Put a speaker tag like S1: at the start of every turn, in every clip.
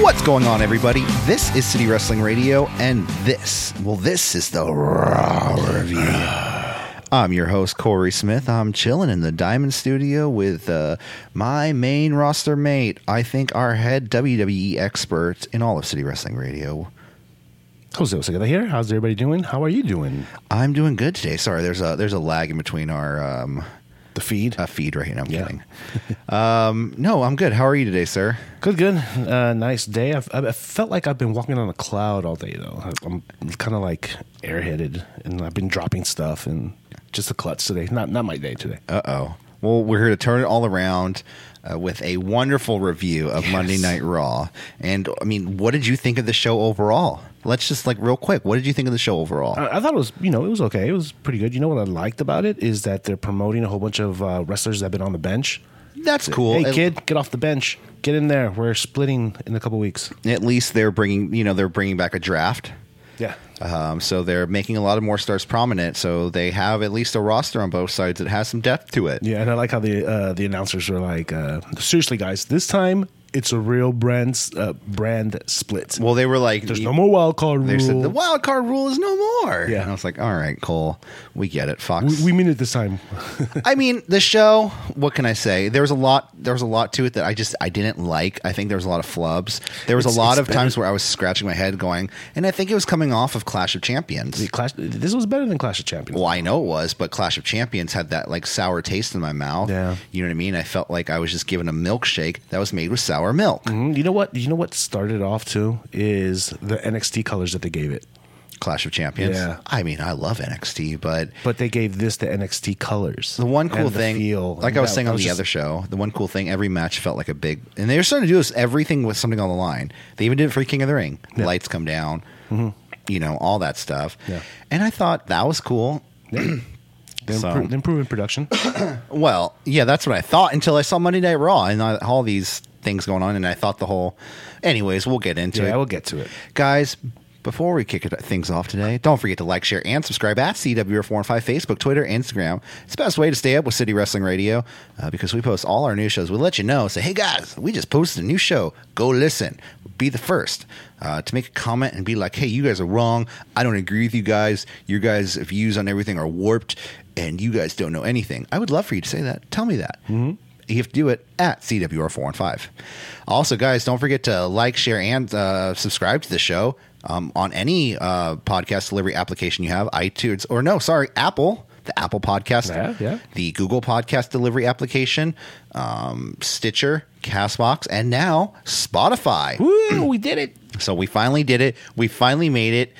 S1: What's going on, everybody? This is City Wrestling Radio, and this, well, this is the Raw Review. I'm your host, Corey Smith. I'm chilling in the Diamond Studio with uh, my main roster mate, I think our head WWE expert in all of City Wrestling Radio.
S2: Jose Osagada here. How's everybody doing? How are you doing?
S1: I'm doing good today. Sorry, there's a there's a lag in between our um,
S2: The feed?
S1: uh, feed right now. I'm
S2: Yeah.
S1: kidding. um, no, I'm good. How are you today, sir?
S2: Good, good. Uh, nice day. I've, I've- I felt like I've been walking on a cloud all day, though. I- I'm kind of like airheaded, and I've been dropping stuff and just a klutz today. Not not my day today.
S1: Uh oh. Well, we're here to turn it all around uh, with a wonderful review of
S2: Yes.
S1: Monday Night Raw. And I mean, what did you think of the show overall? Let's just like real quick. What did you think of the show overall?
S2: I, I thought it was, you know, it was okay. It was pretty good. You know what I liked about it is that they're promoting a whole bunch of uh, wrestlers that have been on the bench.
S1: That's cool.
S2: Hey,
S1: At-
S2: kid, get off the bench. Get in there. We're splitting in a couple weeks.
S1: At, least they're bringing, you know, they're bringing back a draft.
S2: Yeah.
S1: Um, so they're making a lot of more stars prominent. So they have at least a roster on both sides that has some depth to it.
S2: Yeah, and I like how the uh, the announcers were like, uh, "Seriously, guys, this time it's a real brand uh, brand split.
S1: Well, they were like,
S2: There's no more wild card
S1: They
S2: rule.
S1: said the wild card rule is no more.
S2: Yeah.
S1: And I was like, all right, Cole, we get it. Fox,
S2: we, we mean it this time.
S1: I mean, the show. What can I say? There was a lot. There was a lot to it that I just I didn't like. I think there was a lot of flubs. There was
S2: It's-
S1: a lot
S2: it's
S1: of times where I was scratching my head, going, and I think it was coming off of Clash of Champions.
S2: The Clash, this was better than Clash of Champions.
S1: Well, I know it was, but Clash of Champions had that like sour taste in my mouth.
S2: Yeah.
S1: you know what I mean. I felt like I was just given a milkshake that was made with sour milk.
S2: Mhm. You know what? You know what started off too is the NXT colors that they gave it,
S1: Clash of Champions.
S2: Yeah.
S1: I mean, I love NXT, but
S2: but they gave this the NXT colors.
S1: The one cool
S2: and the
S1: thing,
S2: feel.
S1: like
S2: And
S1: I was
S2: that-
S1: saying
S2: that
S1: on the
S2: just-
S1: other show, the one cool thing, every match felt like a big, and they were starting to do this. Everything was something on the line. They even did it for King of the Ring. Lights come down, you know, all that stuff.
S2: Mm-hmm. Yeah.
S1: And I thought that was cool.
S2: the,
S1: so-
S2: impro- the improvement production.
S1: Well, yeah, that's what I thought until I saw Monday Night Raw and I- all these things going on, and I thought the whole. Anyways, we'll get into
S2: yeah,
S1: it,
S2: we'll get to it.
S1: guys. Before we kick it, things off today, don't forget to like, share, and subscribe at CWR415 Facebook, Twitter, Instagram. It's the best way to stay up with City Wrestling Radio uh, because we post all our new shows. We let you know, say, hey guys, we just posted a new show. Go listen. Be the first uh, to make a comment and be like, hey, you guys are wrong. I don't agree with you guys. Your guys' views on everything are warped and you guys don't know anything. I would love for you to say that. Tell me that. You have to do it at CWR415. Also, guys, don't forget to like, share, and uh, subscribe to the show um, on any uh, podcast delivery application you have iTunes, or no, sorry, Apple, the Apple Podcast,
S2: Yeah, yeah.
S1: the Google Podcast delivery application, um, Stitcher, Castbox, and now Spotify.
S2: Woo, we did it.
S1: So we finally did it. We finally made it.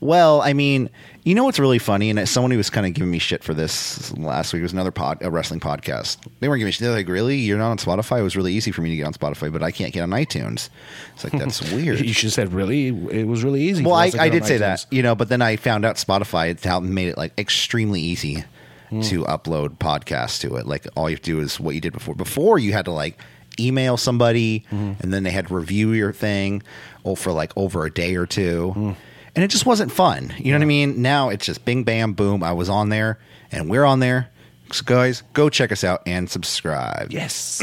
S1: Well, I mean, you know what's really funny, and someone who was kind of giving me shit for this last week was another pod, a wrestling podcast. They weren't giving me shit. They're like, "Really? You're not on Spotify? It was really easy for me to get on Spotify, but I can't get on iTunes." It's like that's weird.
S2: You should have said really. It was really easy.
S1: Well,
S2: for
S1: I,
S2: us to
S1: I
S2: get
S1: did
S2: on
S1: say
S2: iTunes.
S1: that, you know, but then I found out Spotify it's out and made it like extremely easy
S2: Hmm.
S1: to upload podcasts to it. Like all you have to do is what you did before. Before you had to like email somebody
S2: Hmm.
S1: and then they had to review your thing oh, for like over a day or two.
S2: Hmm.
S1: And it just wasn't fun. You know what I mean? Now it's just bing, bam, boom. I was on there and we're on there. So guys, go check us out and subscribe.
S2: Yes.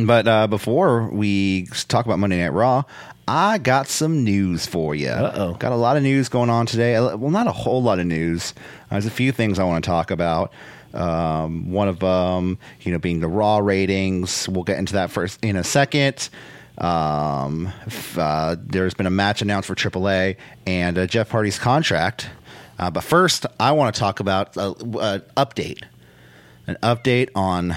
S1: But uh, before we talk about Monday Night Raw, I got some news for you.
S2: Uh-oh.
S1: Got a lot of news going on today. Uh, Well, not a whole lot of news. Uh, There's a few things I want to talk about. Um, one of them, you know, being the Raw ratings. We'll get into that first in a second. Um, f- uh, there's been a match announced for AAA and uh, Jeff Hardy's contract. Uh, but first, I want to talk about uh, an update. An update on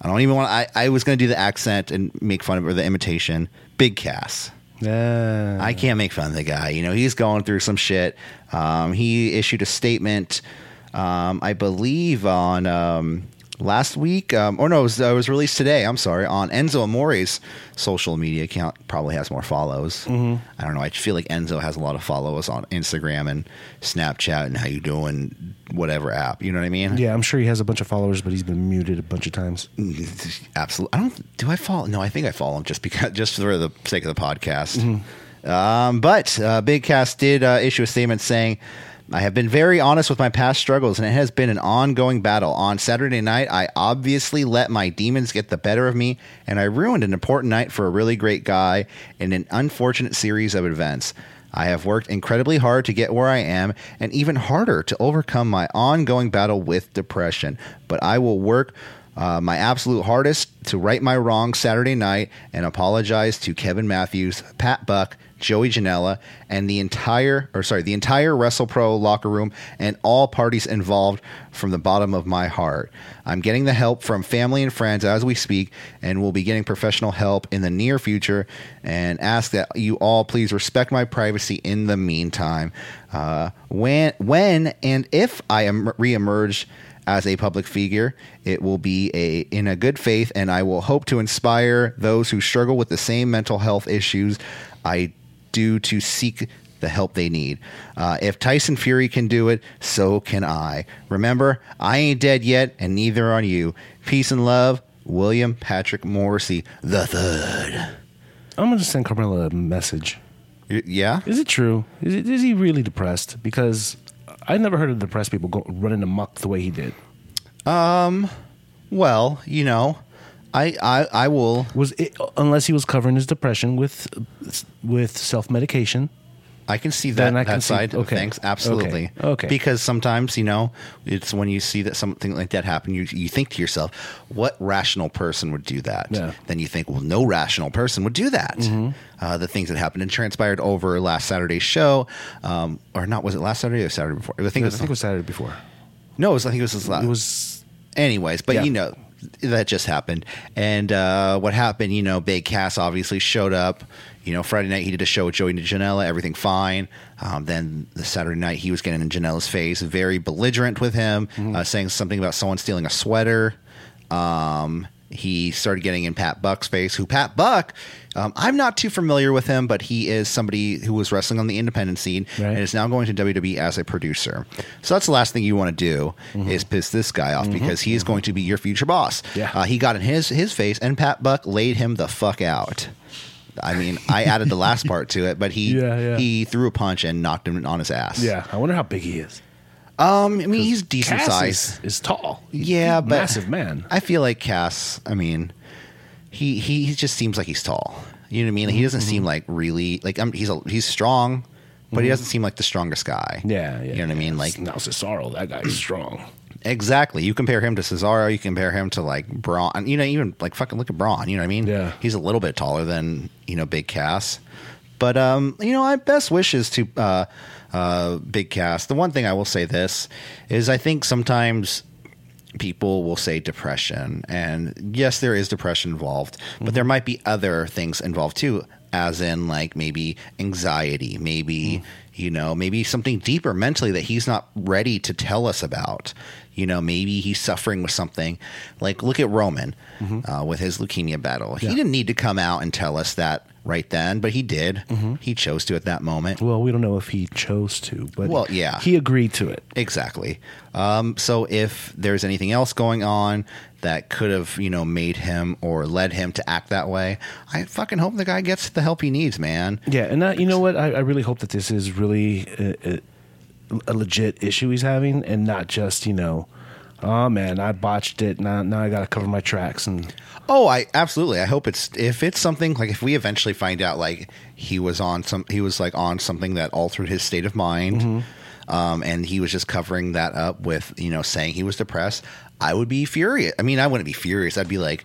S1: I don't even want. I I was going to do the accent and make fun of or the imitation. Big Cass.
S2: Yeah.
S1: I can't make fun of the guy. You know, he's going through some shit. Um, he issued a statement, um, I believe, on um, last week, um, or no, it was, it was released today. I'm sorry, on Enzo Amore's social media account. Probably has more follows. I don't know. I feel like Enzo has a lot of followers on Instagram and Snapchat and how you doing, whatever app. You know what I mean?
S2: yeah, I'm sure he has a bunch of followers, but he's been muted a bunch of times.
S1: Absolutely. I don't. Do I follow? No, I think I follow him just because, just for the sake of the podcast. Um, but uh, Big Cass did uh, issue a statement saying I have been very honest with my past struggles, and it has been an ongoing battle. On Saturday night, I obviously let my demons get the better of me, and I ruined an important night for a really great guy in an unfortunate series of events. I have worked incredibly hard to get where I am, and even harder to overcome my ongoing battle with depression. But I will work uh, my absolute hardest to right my wrong Saturday night and apologize to Kevin Matthews, Pat Buck, Joey Janela, and the entire or sorry, the entire WrestlePro locker room and all parties involved from the bottom of my heart. I'm getting the help from family and friends as we speak and will be getting professional help in the near future and ask that you all please respect my privacy in the meantime. Uh, when when and if I am reemerged as a public figure. It will be a in a good faith, and I will hope to inspire those who struggle with the same mental health issues I do to seek the help they need. Uh, if Tyson Fury can do it, so can I. Remember, I ain't dead yet, and neither are you. Peace and love, William Patrick Morrissey, the third.
S2: I'm gonna send Carmela a message.
S1: Y- Yeah,
S2: Is it true? Is, it, is he really depressed? Because I never heard of depressed people go, running amok the way he did.
S1: well, you know, I I, I will.
S2: Was it unless he was covering his depression with with self medication?
S1: I can see that,
S2: Then I
S1: that
S2: can see-
S1: side of
S2: okay.
S1: things. Absolutely.
S2: Okay. Okay.
S1: Because sometimes, you know, it's when you see that something like that happen, you, you think to yourself, what rational person would do that?
S2: Yeah. Mm-hmm.
S1: Then you think, well, no rational person would do that. Uh, the things that happened and transpired over last Saturday's show, um, or not, was it last Saturday or Saturday before? I think it
S2: I
S1: was, Uh,
S2: think it was Saturday before.
S1: no, it was, I think it was this last.
S2: It was
S1: Anyways, but
S2: Yeah.
S1: you know, that just happened. And uh, what happened, you know, Big Cass obviously showed up. You know, Friday night he did a show with Joey and Janela, everything fine. Um, then the Saturday night he was getting in Janela's face, very belligerent with him, uh, saying something about someone stealing a sweater. Um, he started getting in Pat Buck's face, who Pat Buck, um, I'm not too familiar with him, but he is somebody who was wrestling on the independent scene
S2: Right.
S1: and is now going to WWE as a producer. So that's the last thing you want to do is piss this guy off because he is going to be your future boss.
S2: Mm-hmm. Yeah.
S1: Uh, he got in his his face, and Pat Buck laid him the fuck out. I mean, I added the last part to it, but he
S2: Yeah, yeah.
S1: he threw a punch and knocked him on his ass.
S2: yeah. I wonder how big he is.
S1: um, I mean, he's decent
S2: Cass
S1: size.
S2: is, is tall. He's
S1: Yeah,
S2: a
S1: but
S2: massive man.
S1: I feel like Cass. I mean, he he he just seems like he's tall. You know what I mean? Like, he doesn't
S2: Mm-hmm.
S1: seem like really like um, he's a, he's strong, but he doesn't seem like the strongest guy.
S2: Yeah, yeah.
S1: You know what I mean? Like
S2: now Cesaro, that guy's strong.
S1: exactly. You compare him to Cesaro. You compare him to like Braun. You know, even like fucking look at Braun. You know what I mean?
S2: Yeah.
S1: He's a little bit taller than you know Big Cass. But um, you know, I best wishes to uh, uh, Big Cass. The one thing I will say this is, I think sometimes people will say depression and yes there is depression involved but there might be other things involved too as in like maybe anxiety maybe you know maybe something deeper mentally that he's not ready to tell us about you know maybe he's suffering with something like look at roman uh, with his leukemia battle he didn't need to come out and tell us that right then but he did he chose to at that moment
S2: Well, we don't know if he chose to, but
S1: Well, yeah.
S2: he agreed to it.
S1: Exactly. Um, so if there's anything else going on that could have, you know, made him or led him to act that way, I fucking hope the guy gets the help he needs, man.
S2: Yeah, and that, you know what? I, I really hope that this is really a, a, a legit issue he's having, and not just you know, oh man, I botched it. Now, now I got to cover my tracks, and
S1: Oh, I absolutely. I hope it's if it's something like if we eventually find out like he was on some he was like on something that altered his state of mind, um, and he was just covering that up with you know saying he was depressed. I would be furious. I mean, I wouldn't be furious. I'd be like,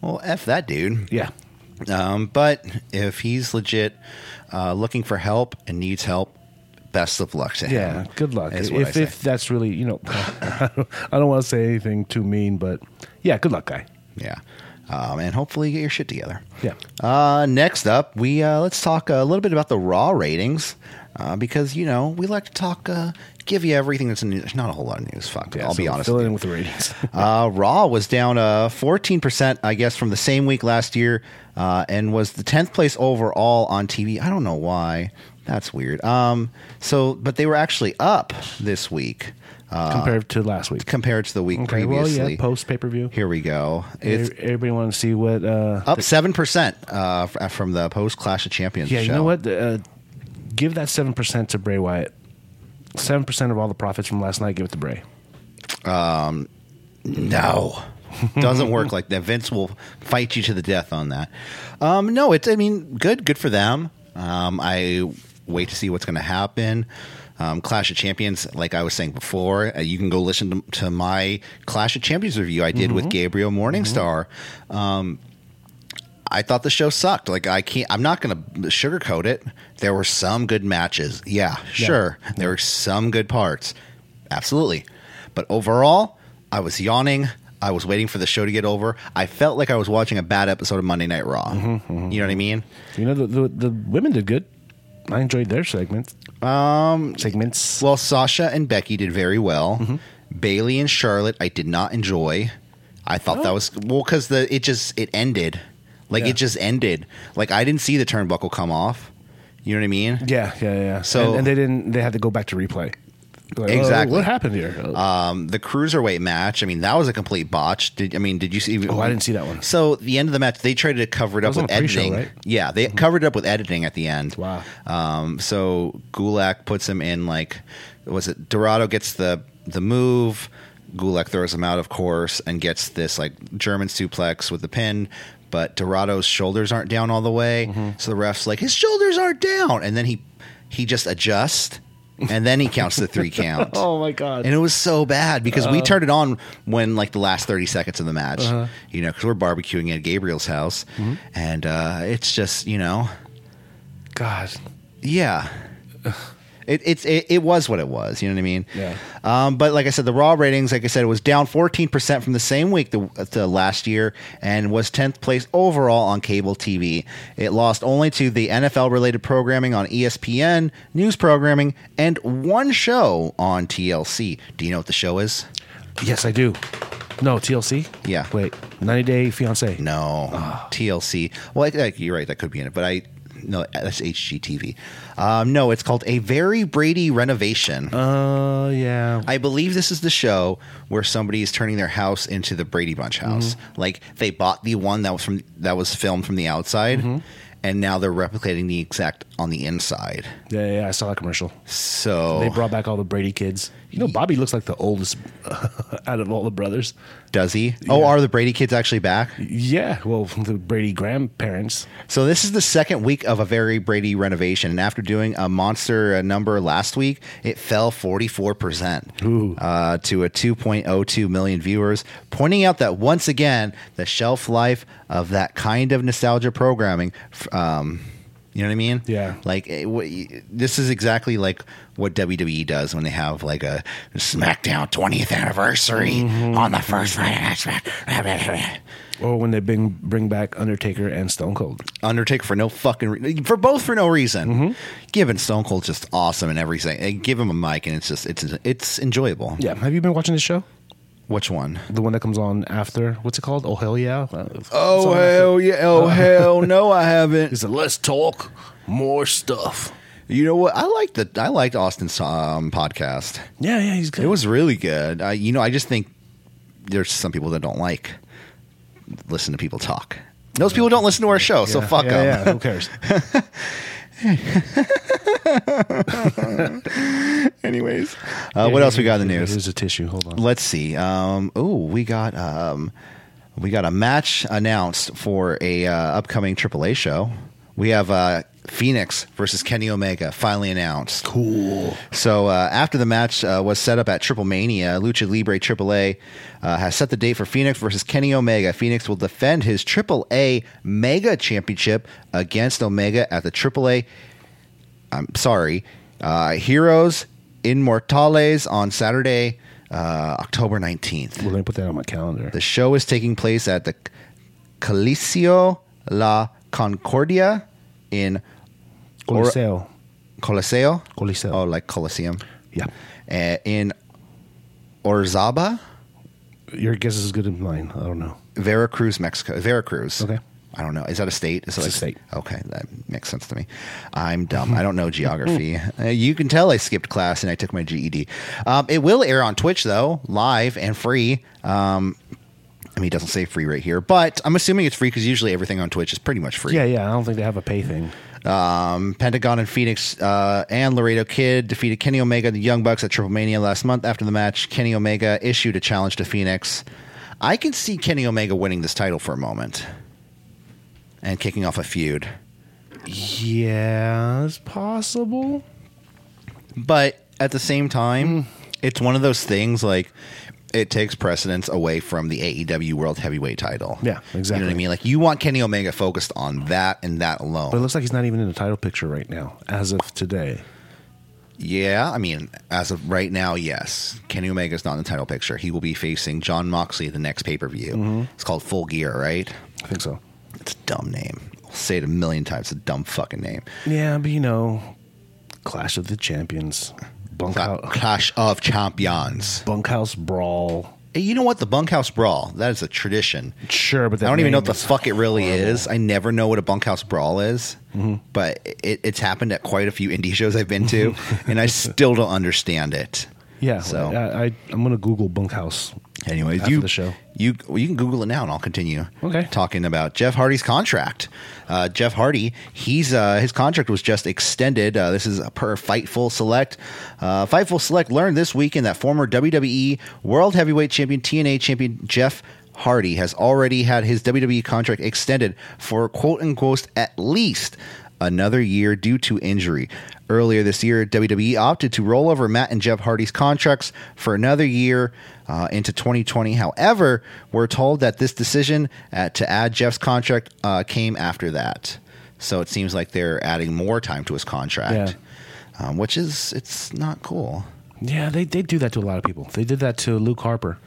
S1: well, f that dude.
S2: yeah,
S1: Um, but if he's legit uh, looking for help and needs help, best of luck to
S2: yeah.
S1: him.
S2: Good luck.
S1: is
S2: If
S1: what I say.
S2: if that's really you know, I don't want to say anything too mean, but yeah, good luck, guy.
S1: Yeah. Um, and hopefully you get your shit together.
S2: Yeah.
S1: Uh, next up, we uh, let's talk a little bit about the raw ratings uh, because you know we like to talk, uh, give you everything that's in the news. Not a whole lot of news. Fuck,
S2: Yeah,
S1: I'll
S2: so
S1: be honest.
S2: Fill
S1: with
S2: it
S1: you.
S2: in with the ratings.
S1: Uh, Raw was down uh, 14%, I guess, from the same week last year uh, and was the 10th place overall on TV. I don't know why. That's weird. Um, so, but they were actually up this week uh,
S2: compared to last week.
S1: compared to the week
S2: Okay, well,
S1: previously.
S2: yeah, post pay per view.
S1: Here we go. It's
S2: Everybody want to see what? Uh,
S1: up 7% uh, f- from the post Clash of Champions
S2: yeah,
S1: show.
S2: you know what? Uh, give that seven percent to Bray Wyatt. Seven percent of all the profits from last night give it to Bray.
S1: No. Doesn't work like that. Vince will fight you to the death on that. Um, no, it's, I mean, good. Good for them. Um, I wait to see what's going to happen. Um, Clash of Champions, like I was saying before, uh, you can go listen to, to my Clash of Champions review I did with Gabriel Morningstar. Um, I thought the show sucked. Like I can't. I'm not going to sugarcoat it. There were some good matches. Yeah, sure. There were some good parts. Absolutely. But overall, I was yawning. I was waiting for the show to get over. I felt like I was watching a bad episode of Monday Night Raw. You know what I mean?
S2: You know the, the the women did good. I enjoyed their segments. Um, segments.
S1: Well, Sasha and Becky did very well. Bailey and Charlotte, I did not enjoy. I thought that was well because the it just it ended, like
S2: Yeah.
S1: it just ended. Like I didn't see the turnbuckle come off. You know what I mean?
S2: yeah, yeah, yeah.
S1: So-
S2: and, and they didn't. They had to go back to replay. Like, oh,
S1: Exactly.
S2: what happened here?
S1: Um, the cruiserweight match, I mean, that was a complete botch. Did I mean? Did you see?
S2: Oh, I didn't see that one.
S1: So the end of the match, they tried to cover it up
S2: was on
S1: with
S2: a pre-show,
S1: editing.
S2: right? Mm-hmm.
S1: Yeah, they covered it up with editing at the end.
S2: Wow.
S1: Um, so Gulak puts him in like, was it Dorado gets the the move? Gulak throws him out, of course, and gets this like German suplex with the pin. But Dorado's shoulders aren't down all the way,
S2: Mm-hmm.
S1: so the ref's like, his shoulders aren't down, and then he he just adjusts, and then he counts the three count.
S2: oh my god.
S1: And it was so bad because we turned it on when like the last 30 seconds of the match, you know, because we're barbecuing at Gabriel's house. And uh, it's just, you know,
S2: god.
S1: yeah. It, it's it, it was what it was, you know what I mean?
S2: Yeah.
S1: Um, but like I said, the raw ratings, like I said, it was down 14 percent from the same week the, the last year, and was 10th place overall on cable TV. It lost only to the NFL related programming on E ESPN, news programming, and one show on TLC. Do you know what the show is?
S2: Yes, I do. No TLC.
S1: Yeah.
S2: Wait. Ninety Day Fiance.
S1: No, TLC. Well, I, I, you're right. That could be in it, but I no, that's HGTV. Um, no, it's called A Very Brady Renovation.
S2: Uh, yeah.
S1: I believe this is the show where somebody is turning their house into the Brady Bunch house. Like they bought the one that was from that was filmed from the outside, and now they're replicating the exact on the inside.
S2: yeah, yeah. I saw that commercial.
S1: So
S2: They brought back all the Brady kids. You know, Bobby looks like the oldest out of all the brothers.
S1: does he? Oh, are the Brady kids actually back?
S2: Yeah, well, the Brady grandparents.
S1: So this is the second week of a very Brady renovation, and after doing a monster uh, number last week, it fell 44 percent
S2: Ooh.
S1: uh, to a 2.02 million viewers, pointing out that once again the shelf life of that kind of nostalgia programming. f- Um, you know what I mean?
S2: Yeah.
S1: Like it, w- this is exactly like what WWE does when they have like a SmackDown 20th anniversary
S2: Mm-hmm.
S1: on the first Friday Night Smack-
S2: Or when they bring bring back Undertaker and Stone Cold.
S1: Undertaker for no fucking re- for both for no reason.
S2: Mm-hmm.
S1: Given Stone Cold's just awesome and everything, and give him a mic and it's just it's it's enjoyable.
S2: Yeah, have you been watching this show?
S1: Which one?
S2: The one that comes on after what's it called? Oh hell yeah! Uh,
S1: Oh
S2: something
S1: hell yeah! Oh hell no, I
S2: like- He
S1: haven't.
S2: said, "Let's talk more stuff."
S1: You know what? I liked the I liked Austin's um, podcast.
S2: Yeah, yeah, he's good.
S1: It was really good. I, you know, I just think there's some people that don't like listen to people talk. Those people don't listen to our show, so
S2: Yeah,
S1: fuck
S2: yeah,
S1: them.
S2: Yeah, who cares?
S1: Anyways, uh, what else we got in the news?
S2: There's a tissue. Hold on.
S1: let's see. Um, oh, we got um, we got a match announced for a uh, upcoming AAA show. We have uh, Phoenix versus Kenny Omega finally announced.
S2: Cool.
S1: So uh, after the match uh, was set up at Triple Mania, Lucha Libre AAA uh, has set the date for Phoenix versus Kenny Omega. Phoenix will defend his AAA Mega Championship against Omega at the AAA. I'm sorry, uh, Heroes Inmortales on Saturday, uh, October 19th.
S2: Well, let me put that on my calendar.
S1: The show is taking place at the Coliseo La Concordia in or-
S2: Coliseo.
S1: Coliseo.
S2: Coliseo.
S1: Oh, like Coliseum
S2: Yeah,
S1: uh, in Orizaba,
S2: your guess is as good as mine. I don't know.
S1: Veracruz, Mexico. Veracruz.
S2: Okay.
S1: I don't know. Is that a state? Is it
S2: It's a
S1: like-
S2: state.
S1: Okay, that makes sense to me. I'm dumb. I don't know geography. Uh, you can tell I skipped class and I took my GED. Um, it will air on Twitch though, live and free. Um, I mean, it doesn't say free right here, but I'm assuming it's free because usually everything on Twitch is pretty much free.
S2: Yeah, yeah. I don't think they have a pay thing.
S1: Um, Pentagon and Phoenix uh, and Laredo Kid defeated Kenny Omega and the Young Bucks at Triple Mania last month. After the match, Kenny Omega issued a challenge to Phoenix. I can see Kenny Omega winning this title for a moment and kicking off a feud.
S2: Yeah, it's possible.
S1: But at the same
S2: Hmm.
S1: time, it's one of those things like it takes precedence away from the AEW World Heavyweight title.
S2: Yeah,
S1: You know what
S2: exactly.
S1: I mean? Like you want Kenny Omega focused on that and that alone.
S2: But it looks like he's not even in the title picture right now, as of today.
S1: yeah, I mean, as of right now, yes. Kenny Omega's not in the title picture. He will be facing John Moxley at the next pay per view.
S2: Mm-hmm.
S1: It's called Full Gear, right?
S2: I think so.
S1: It's a dumb name. I'll say it a million times. It's a dumb fucking name.
S2: Yeah, but you know, Clash of the Champions,
S1: Cla-
S2: bunkhouse,
S1: Clash of Champions.
S2: bunkhouse brawl.
S1: Hey, You know what? The bunkhouse brawl. That is a tradition.
S2: Sure, but that
S1: I don't even know
S2: name
S1: what the
S2: is
S1: fuck it really is. I never know what a bunkhouse brawl is,
S2: Mm-hmm.
S1: but it, it's happened at quite a few indie shows I've been to, and I still don't understand it.
S2: Yeah,
S1: So-
S2: so I, I, I'm gonna Google bunkhouse.
S1: Anyways,
S2: After
S1: you
S2: the show.
S1: you well, you can Google it now, and I'll continue.
S2: Okay.
S1: talking about Jeff Hardy's contract. Uh, Jeff Hardy, he's uh, his contract was just extended. Uh, this is per Fightful Select. Uh, Fightful Select learned this weekend that former WWE World Heavyweight Champion TNA Champion Jeff. Hardy has already had his WWE contract extended for quote unquote at least another year due to injury. Earlier this year, WWE opted to roll over Matt and Jeff Hardy's contracts for another year uh, into 2020. However, we're told that this decision uh, to add Jeff's contract uh, came after that. So it seems like they're adding more time to his contract, um, which is it's not cool.
S2: Yeah, they they do that to a lot of people. They did that to Luke Harper.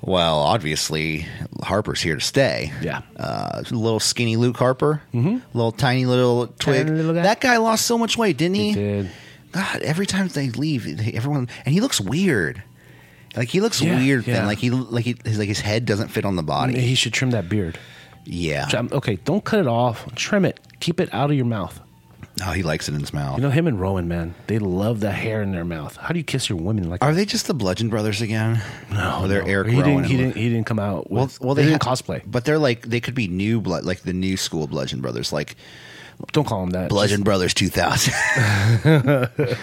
S1: Well, obviously Harper's here to stay.
S2: Yeah.
S1: uh, little skinny Luke Harper, mm-hmm. little tiny little twig.
S2: Tiny little guy.
S1: That guy lost so much weight, didn't he?
S2: They did.
S1: God, every time they leave, everyone and he looks weird. Like he looks
S2: Yeah,
S1: weird, then
S2: yeah.
S1: like he like he his like his head doesn't fit on the body.
S2: He should trim that beard.
S1: Yeah,
S2: Um, Okay, don't cut it off. Trim it. Keep it out of your mouth.
S1: oh, he likes it in his mouth.
S2: You know him and Rowan, man. They love the hair in their mouth. How do you kiss your women like?
S1: Are they just the Bludgeon Brothers again?
S2: no,
S1: or they're
S2: no.
S1: Eric
S2: He
S1: Rowan
S2: didn't.
S1: and
S2: He
S1: Luke.
S2: didn't. He didn't come out. With,
S1: Well, well,
S2: they,
S1: they,
S2: didn't
S1: ha-
S2: cosplay.
S1: but they're like they could be new blood, like the new school Bludgeon Brothers, like
S2: Don't call him that.
S1: Bludgeon Brothers two thousand.
S2: uh,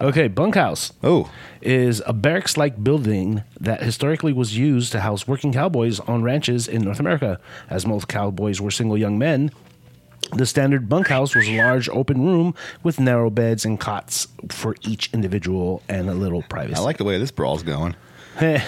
S2: Okay, bunkhouse.
S1: oh,
S2: is a barracks like building that historically was used to house working cowboys on ranches in North America. As most cowboys were single young men, the standard bunkhouse was a large open room with narrow beds and cots for each individual and a little privacy. Eh,
S1: I like the way this brawl's going.
S2: Heh.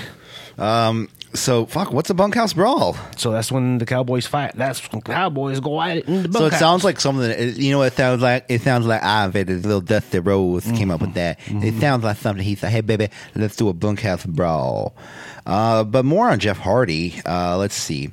S1: So fuck, what's a bunkhouse brawl?
S2: so that's when the cowboys fight. That's when cowboys go at it in the
S1: So it
S2: bunkhouse.
S1: sounds like something. it- You know, it sounds like it sounds like I invented little Dusty Rose came up with that. It sounds like something he said. Hey, baby, let's do a bunkhouse brawl. Uh, but more on Jeff Hardy. Uh, let's see.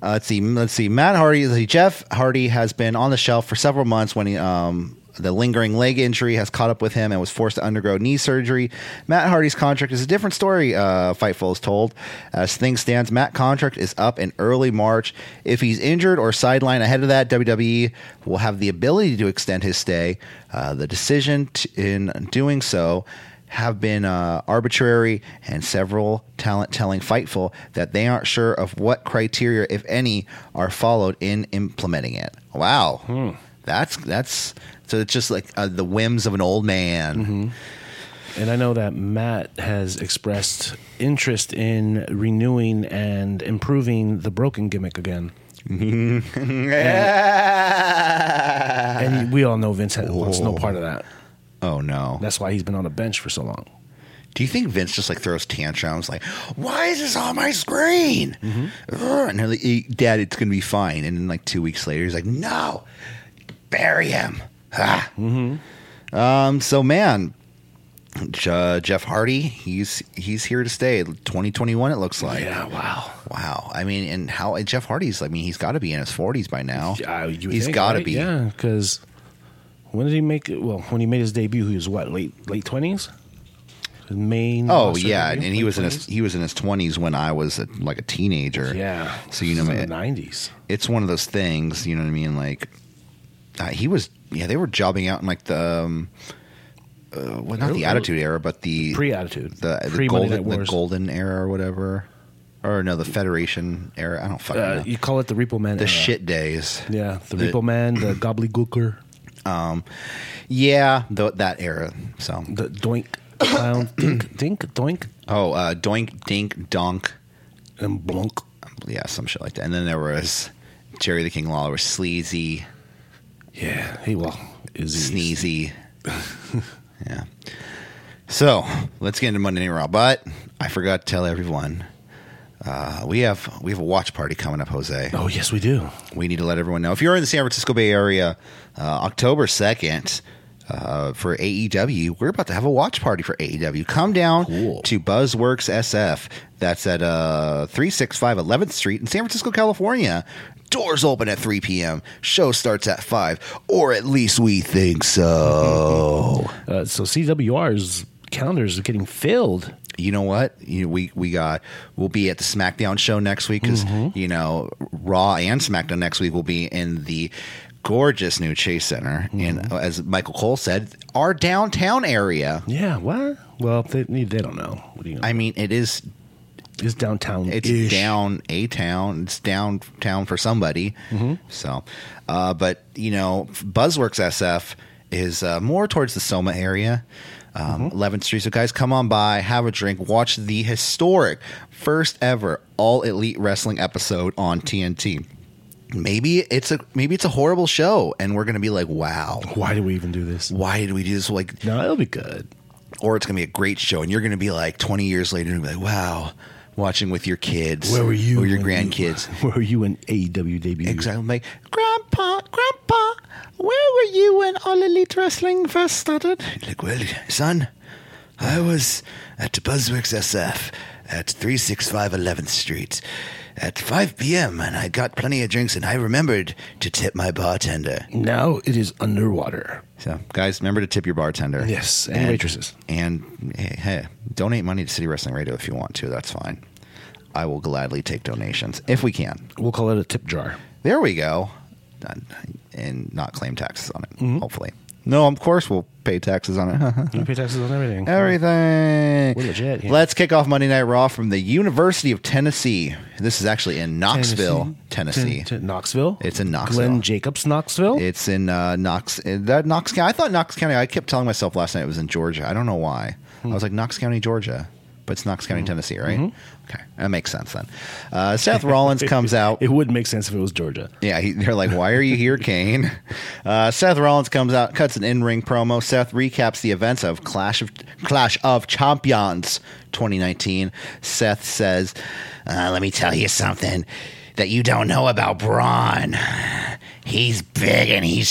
S1: Uh, let's see. Let's see. Matt Hardy. let's see, Jeff Hardy has been on the shelf for several months when he. Um, the lingering leg injury has caught up with him and was forced to undergo knee surgery. Matt Hardy's contract is a different story, uh, Fightful is told. As things stands, Matt contract is up in early March. If he's injured or sidelined ahead of that, WWE will have the ability to extend his stay. Uh, the decision t- in doing so have been uh, arbitrary, and several talent telling Fightful that they aren't sure of what criteria, if any, are followed in implementing it. Wow. That's that's so it's just like uh, the whims of an old man.
S2: And I know that Matt has expressed interest in renewing and improving the broken gimmick again.
S1: Uh,
S2: And we all know Vince had- wants no part of that.
S1: oh no!
S2: That's why he's been on the bench for so long.
S1: Do you think Vince just like throws tantrums like, "Why is this on my screen?"
S2: Mm-hmm.
S1: Ugh, and they're like, "Eh, "Dad, it's gonna be fine." And then like two weeks later, he's like, "No, bury him." Ah.
S2: Mm-hmm.
S1: Um. So man. Je- Jeff Hardy, he's he's here to stay. 2021, it looks like.
S2: wow.
S1: Wow. I mean, and how and Jeff Hardy's? I mean, he's got to be in his 40s by now.
S2: Yeah, you would
S1: he's
S2: think,
S1: got to
S2: right?
S1: be.
S2: Yeah, because when did he make it? Well, when he made his debut, he was what, late late 20s? His main.
S1: Oh
S2: roster
S1: yeah, and
S2: debut,
S1: he
S2: late
S1: was in his
S2: 20s?
S1: he was in his twenties when I was a, like a teenager.
S2: Yeah.
S1: So you know,
S2: This is
S1: man,
S2: in the 90s.
S1: it's one of those things. You know what I mean? Like uh, he was. Yeah, they were jobbing out in like the. Um, uh, well, not
S2: Early-
S1: the Attitude Era, but the
S2: Pre attitude.
S1: the, the
S2: Pre Monday Night
S1: golden the
S2: Wars.
S1: golden era or whatever. or no, the Federation era. I don't fucking
S2: Uh,
S1: know.
S2: you call it the Repo Man.
S1: the
S2: era.
S1: shit days.
S2: Yeah, the,
S1: The-
S2: Repo Man, the Gobbledygooker,
S1: Um, yeah, th- that era. So
S2: the Doink Clown, Dink, Dink, Doink,
S1: oh, uh, doink, dink, donk.
S2: and Blunk.
S1: Yeah, some shit like that. And then there was Jerry the King Lawler, was sleazy,
S2: Yeah, hey, well, is he?
S1: sneezy. yeah. So let's get into Monday Night Raw. But I forgot to tell everyone. Uh, we have we have a watch party coming up, Jose.
S2: Oh, yes, we do.
S1: we need to let everyone know. If you're in the San Francisco Bay Area, uh, October 2nd uh, for AEW, we're about to have a watch party for AEW. Come down
S2: Cool.
S1: to Buzzworks SF. That's at uh, 365 11th Street in San Francisco, California. Doors open at 3 p.m. Show starts at 5, or at least we think so.
S2: Uh, so CWR's calendars are getting filled.
S1: you know what? You we we got we'll be at the SmackDown show next week because you know Raw and SmackDown next week will be in the gorgeous new Chase Center and as Michael Cole said, our downtown area.
S2: Yeah, what? Well, they they don't know. What do you know?
S1: I mean, it is
S2: it's downtown.
S1: it's down a town. It's downtown for somebody.
S2: Mm-hmm.
S1: So, uh, but you know, Buzzworks SF is uh, more towards the Soma area,
S2: Mm-hmm.
S1: um, 11th Street. So, guys, come on by, have a drink, watch the historic first ever All Elite Wrestling episode on TNT. Maybe it's a maybe it's a horrible show, and we're gonna be like, wow.
S2: Why do we even do this?
S1: Why did we do this? Like,
S2: No, it'll be good.
S1: or it's gonna be a great show, and you're gonna be like 20 years later, and be like, wow, watching with your kids, or your
S2: when you-
S1: grandkids?
S2: where were you when AEW debuted?
S1: Exactly. I'm like, Grandpa, Grandpa, where were you when All Elite Wrestling first started? Like, well, son, I was at Buzzwick's SF at 365 11th Street at 5 p.m. and I got plenty of drinks and I remembered to tip my bartender.
S2: Now it is underwater.
S1: So, guys, remember to tip your bartender.
S2: Yes, and waitresses.
S1: And hey, hey, donate money to City Wrestling Radio if you want to. That's fine. I will gladly take donations if we can.
S2: We'll call it a tip jar.
S1: There we go. Done. And not claim taxes on it,
S2: Mm-hmm.
S1: hopefully. No, of course we'll pay taxes on it.
S2: You pay taxes on everything.
S1: Everything.
S2: We're legit here.
S1: Let's kick off Monday Night Raw from the University of Tennessee. This is actually in Knoxville, Tennessee.
S2: Ten- ten- Knoxville.
S1: It's in Knoxville.
S2: Glenn Jacobs, Knoxville.
S1: It's in uh, Knox. in That Knox County. I thought Knox County. I kept telling myself last night it was in Georgia. I don't know why. I was like Knox County, Georgia, but it's Knox
S2: Mm-hmm.
S1: County, Tennessee, right? Okay, that makes sense then. Uh, Seth Rollins comes out.
S2: It would make sense Mm-hmm. if it was Georgia.
S1: Yeah, he, they're like, "Why are you here, Kane?" Uh, Seth Rollins comes out, cuts an in-ring promo. Seth recaps the events of Clash of Clash of Champions 2019. Seth says, uh, "Let me tell you something that you don't know about Braun. He's big and he's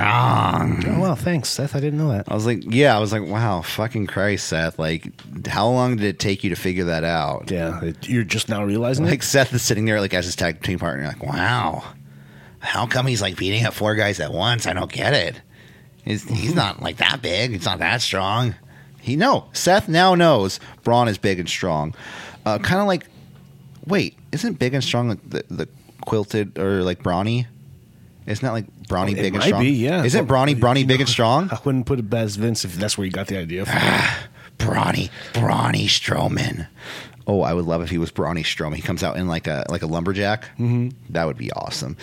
S1: strong."
S2: Oh well, thanks, Seth. I didn't know that.
S1: I was like, "Yeah," I was like, "Wow, fucking Christ, Seth! Like, how long did it take you to figure that out?"
S2: Yeah, it- you're just now realizing it.
S1: Like Seth is sitting there like as his tag team partner, like, wow, how come he's like beating up four guys at once? I don't get it. He's, he's not like that big. He's not that strong. He no. Seth now knows Braun is big and strong. Uh, kind of like, wait, isn't big and strong like the, the quilted or like brawny? Isn't that like brawny
S2: It
S1: big and
S2: might
S1: strong?
S2: be, yeah.
S1: Isn't brawny brawny big and strong? Ah,
S2: I wouldn't put it past Vince if that's where he got the idea. From.
S1: Brawny, Brawny Strowman. Oh, I would love if he was Brawny Strowman. He comes out in like a like a lumberjack. Mm-hmm. That would be awesome.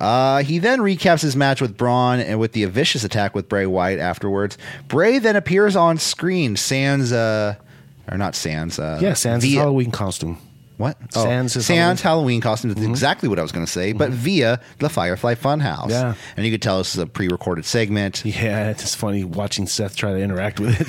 S1: Uh, he then recaps his match with Braun and with the vicious attack with Bray Wyatt afterwards. Bray then appears on screen. Sans, uh, or not Sans. Uh,
S2: yeah, Sans
S1: via-
S2: Halloween costume.
S1: What? Oh,
S2: Sans Mm-hmm. his
S1: Sans Halloween costume is exactly what I was going to say, but via the Firefly Funhouse.
S2: Mm-hmm. Yeah.
S1: And you could tell this is a pre-recorded segment.
S2: Yeah, it's funny watching Seth try to interact with it.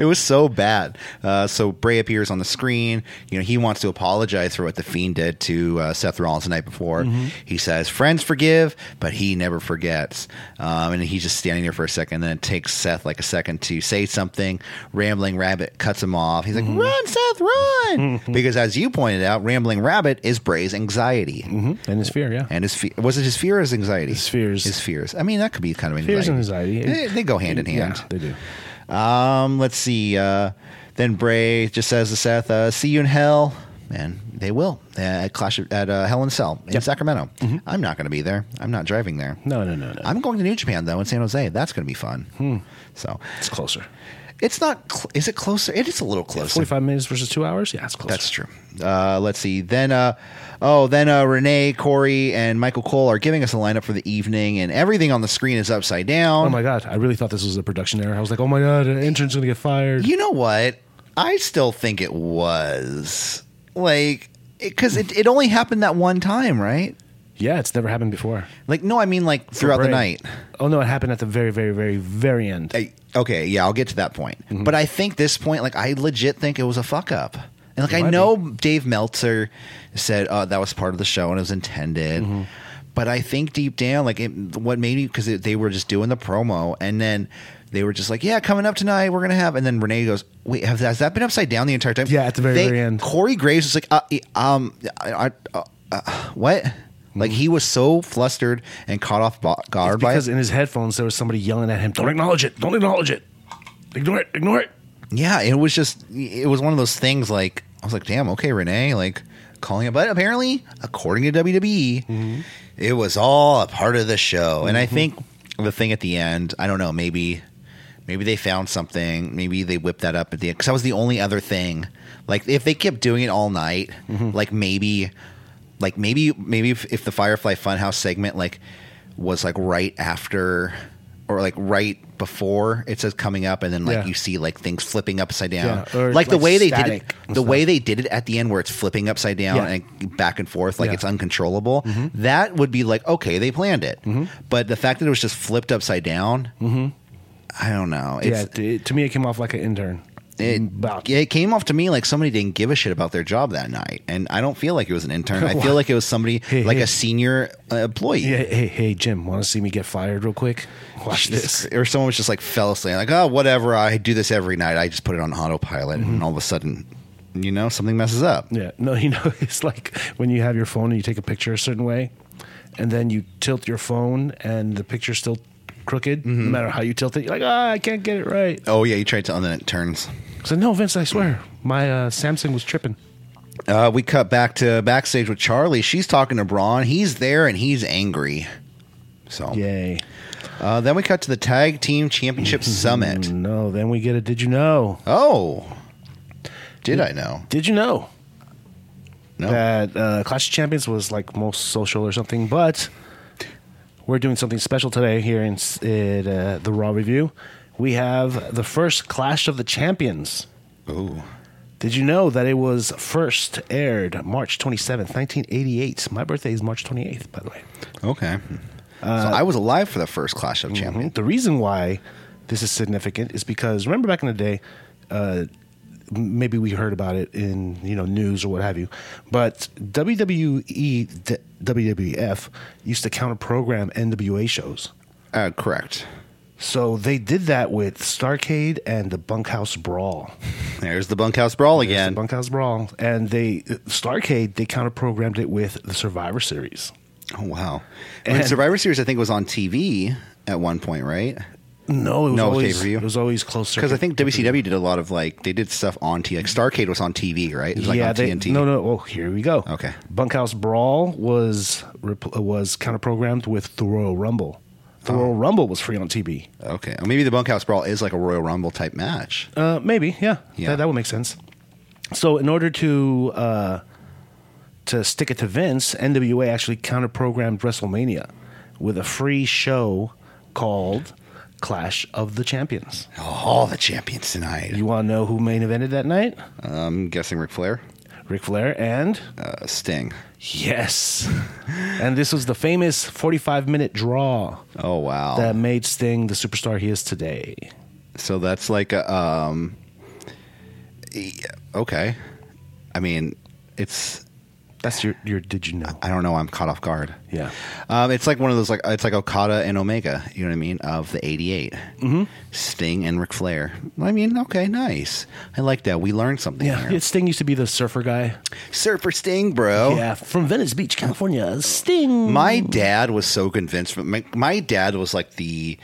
S1: it was so bad. Uh, so Bray appears on the screen. You know, he wants to apologize for what the Fiend did to uh, Seth Rollins the night before.
S2: Mm-hmm.
S1: He says, "Friends forgive, but he never forgets." Um, and he's just standing there for a second. Then it takes Seth like a second to say something. Rambling Rabbit cuts him off. He's like,
S2: Mm-hmm.
S1: "Run, Seth, run!" because as you pointed out, Rambling Rabbit is Bray's anxiety.
S2: and his fear, yeah.
S1: And his fe- was it his fear or his anxiety?
S2: Mm-hmm. His fears.
S1: His fears. I mean, that could be kind of anxiety.
S2: Fears and anxiety.
S1: They, they go hand in hand.
S2: Yeah, they do.
S1: Um, let's see. Uh, then Bray just says to Seth, uh, "See you in hell," and they will uh, at Clash of, at uh, Hell in a Cell in Sacramento. I'm not going to be there. I'm not driving there.
S2: Mm-hmm. No, Hmm. no, no, no.
S1: I'm going to New Japan though in San Jose. That's going to be fun. So
S2: it's closer.
S1: It's not. Cl- is it closer? It is a little closer.
S2: Forty-five minutes versus two hours. Yeah, that's close.
S1: That's true. Uh, let's see. Then, uh, oh, then uh, Renee, Corey, and Michael Cole are giving us a lineup for the evening, and everything on the screen is upside down.
S2: oh my god! I really thought this was a production error. I was like, oh my god, an intern's gonna get fired.
S1: you know what? I still think it was like because it, it only happened that one time, right?
S2: yeah, it's never happened before.
S1: Like, no, I mean like throughout the night.
S2: Right. Oh no, it happened at the very, very, very, very end. Mm-hmm.
S1: I- okay, yeah, I'll get to that point. But I think this point, like, I legit think it was a fuck up. And like,
S2: It
S1: I
S2: might
S1: know Dave Meltzer said uh, that was part of the show and it was intended.
S2: Mm-hmm.
S1: But I think deep down, like, it, what made me because they were just doing the promo and then they were just like, "Yeah, coming up tonight, we're gonna have." And then Renee goes, "Wait, have, has that been upside down the entire time?"
S2: Yeah, at the very,
S1: They-
S2: very end.
S1: Corey Graves was like, uh, e- "Um, I, I, uh, uh, what?" Like he was so flustered and caught off bo- guard
S2: Mm-hmm. It's
S1: by it.
S2: because in his headphones there was somebody yelling at him. Don't acknowledge it. Don't acknowledge it. Ignore it. Ignore it.
S1: yeah, it was just it was one of those things like I was like, damn, okay, Renee, like calling it but apparently, according to WWE, it was all a part of the show. And I think the thing at the end, I don't know, maybe maybe they found something, maybe they whipped that up at the end cuz that was the only other thing. Like if they kept doing it all night, like maybe like maybe maybe if, if the Firefly Funhouse segment like was like right after or like right before it says coming up and then like
S2: Yeah.
S1: you see like things flipping upside down
S2: Yeah, or
S1: like,
S2: it's
S1: the
S2: like
S1: way they did it
S2: static
S1: the
S2: and
S1: way they did it at the end where it's flipping upside down
S2: Yeah.
S1: and back and forth like
S2: Yeah. Mm-hmm.
S1: it's uncontrollable that would be like okay they planned it but the fact that it was just flipped upside down i don't know it's,
S2: Mm-hmm. yeah, t- to me it came off like an intern.
S1: it,
S2: About-
S1: it came off to me like somebody didn't give a shit about their job that night, and I don't feel like it was an intern. I feel like it was somebody
S2: Hey,
S1: like
S2: hey.
S1: a senior uh, employee.
S2: Yeah, hey, hey, Jim, want to see me get fired real quick? Watch this.
S1: Or someone was just like fell asleep, like, oh, whatever. I do this every night. I just put it on autopilot,
S2: Mm-hmm.
S1: and all of a sudden, you know, something messes up.
S2: Yeah, no, you know, it's like when you have your phone and you take a picture a certain way, and then you tilt your phone and the picture's still crooked,
S1: Mm-hmm.
S2: no matter how you tilt it. You're like, ah, I can't get it right.
S1: Oh yeah, you tried to, and then it turns.
S2: So no, Vince, I swear, my uh, Samsung was tripping.
S1: Uh, we cut back to backstage with Charlie. She's talking to Braun. He's there, and he's angry. So
S2: Yay!
S1: uh, then we cut to the tag team championship summit.
S2: No, then we get a. Did you know?
S1: Oh, did I know?
S2: Did you know?
S1: No.
S2: that uh, Clash of Champions was like most social or something, but we're doing something special today here in, s- in uh, the Raw review. We have the first Clash of the Champions.
S1: Ooh.
S2: Did you know that it was first aired March 27th, 1988? My birthday is March 28th, by the way.
S1: Okay.
S2: Uh,
S1: so I was alive for the first Clash
S2: Mm-hmm.
S1: of Champions.
S2: The reason why this is significant is because remember back in the day, uh, m- maybe we heard about it in you know news or what have you, but E, WWE, d- WWF used to counter program NWA shows.
S1: Uh, correct.
S2: So they did that with Starcade and the Bunkhouse Brawl.
S1: There's the bunkhouse brawl
S2: It's the
S1: again.
S2: Bunkhouse Brawl, and they Starcade they counter programmed it with the Survivor Series.
S1: oh wow. I mean,
S2: And-
S1: Survivor Series, I think, was on TV at one point, right?
S2: No, it
S1: No, it
S2: was
S1: was
S2: always
S1: pay-per-view.
S2: it was always closer
S1: Because I think WCW did a lot of like they did stuff on T. Like Starcade was on TV, right? It was like on
S2: they,
S1: TNT.
S2: No, no. Oh, here we go.
S1: Okay.
S2: Bunkhouse Brawl was rep- was counter programmed with the Royal Rumble. The
S1: Oh.
S2: Royal Rumble was free on TV.
S1: Okay. Or maybe the bunkhouse brawl is like a Royal Rumble type match.
S2: Uh, maybe, yeah.
S1: Yeah.
S2: That, that would make sense. So, in order to uh, to stick it to Vince, NWA actually counter programmed WrestleMania with a free show called Clash of the Champions.
S1: All the champions tonight.
S2: You want to know who main evented that night?
S1: I'm guessing Ric Flair,
S2: Ric Flair and
S1: uh, Sting.
S2: Yes. and this was the famous 45 minute draw
S1: Oh wow.
S2: that made Sting the superstar he is today.
S1: So that's like a um e- okay. I mean, it's
S2: That's your, your did you know?
S1: I don't know, I'm caught off guard.
S2: Yeah.
S1: Um, it's like one of those like it's like Okada and Omega, you know what I mean, of the 88. Mm-hmm. Sting and Ric Flair. I mean, okay, nice. I like that. We learned something
S2: Yeah.
S1: here.
S2: Sting used to be the surfer guy.
S1: Surfer Sting, bro.
S2: Oh. Yeah. From Venice Beach, California. Sting.
S1: My dad was so convinced. My, my dad was like the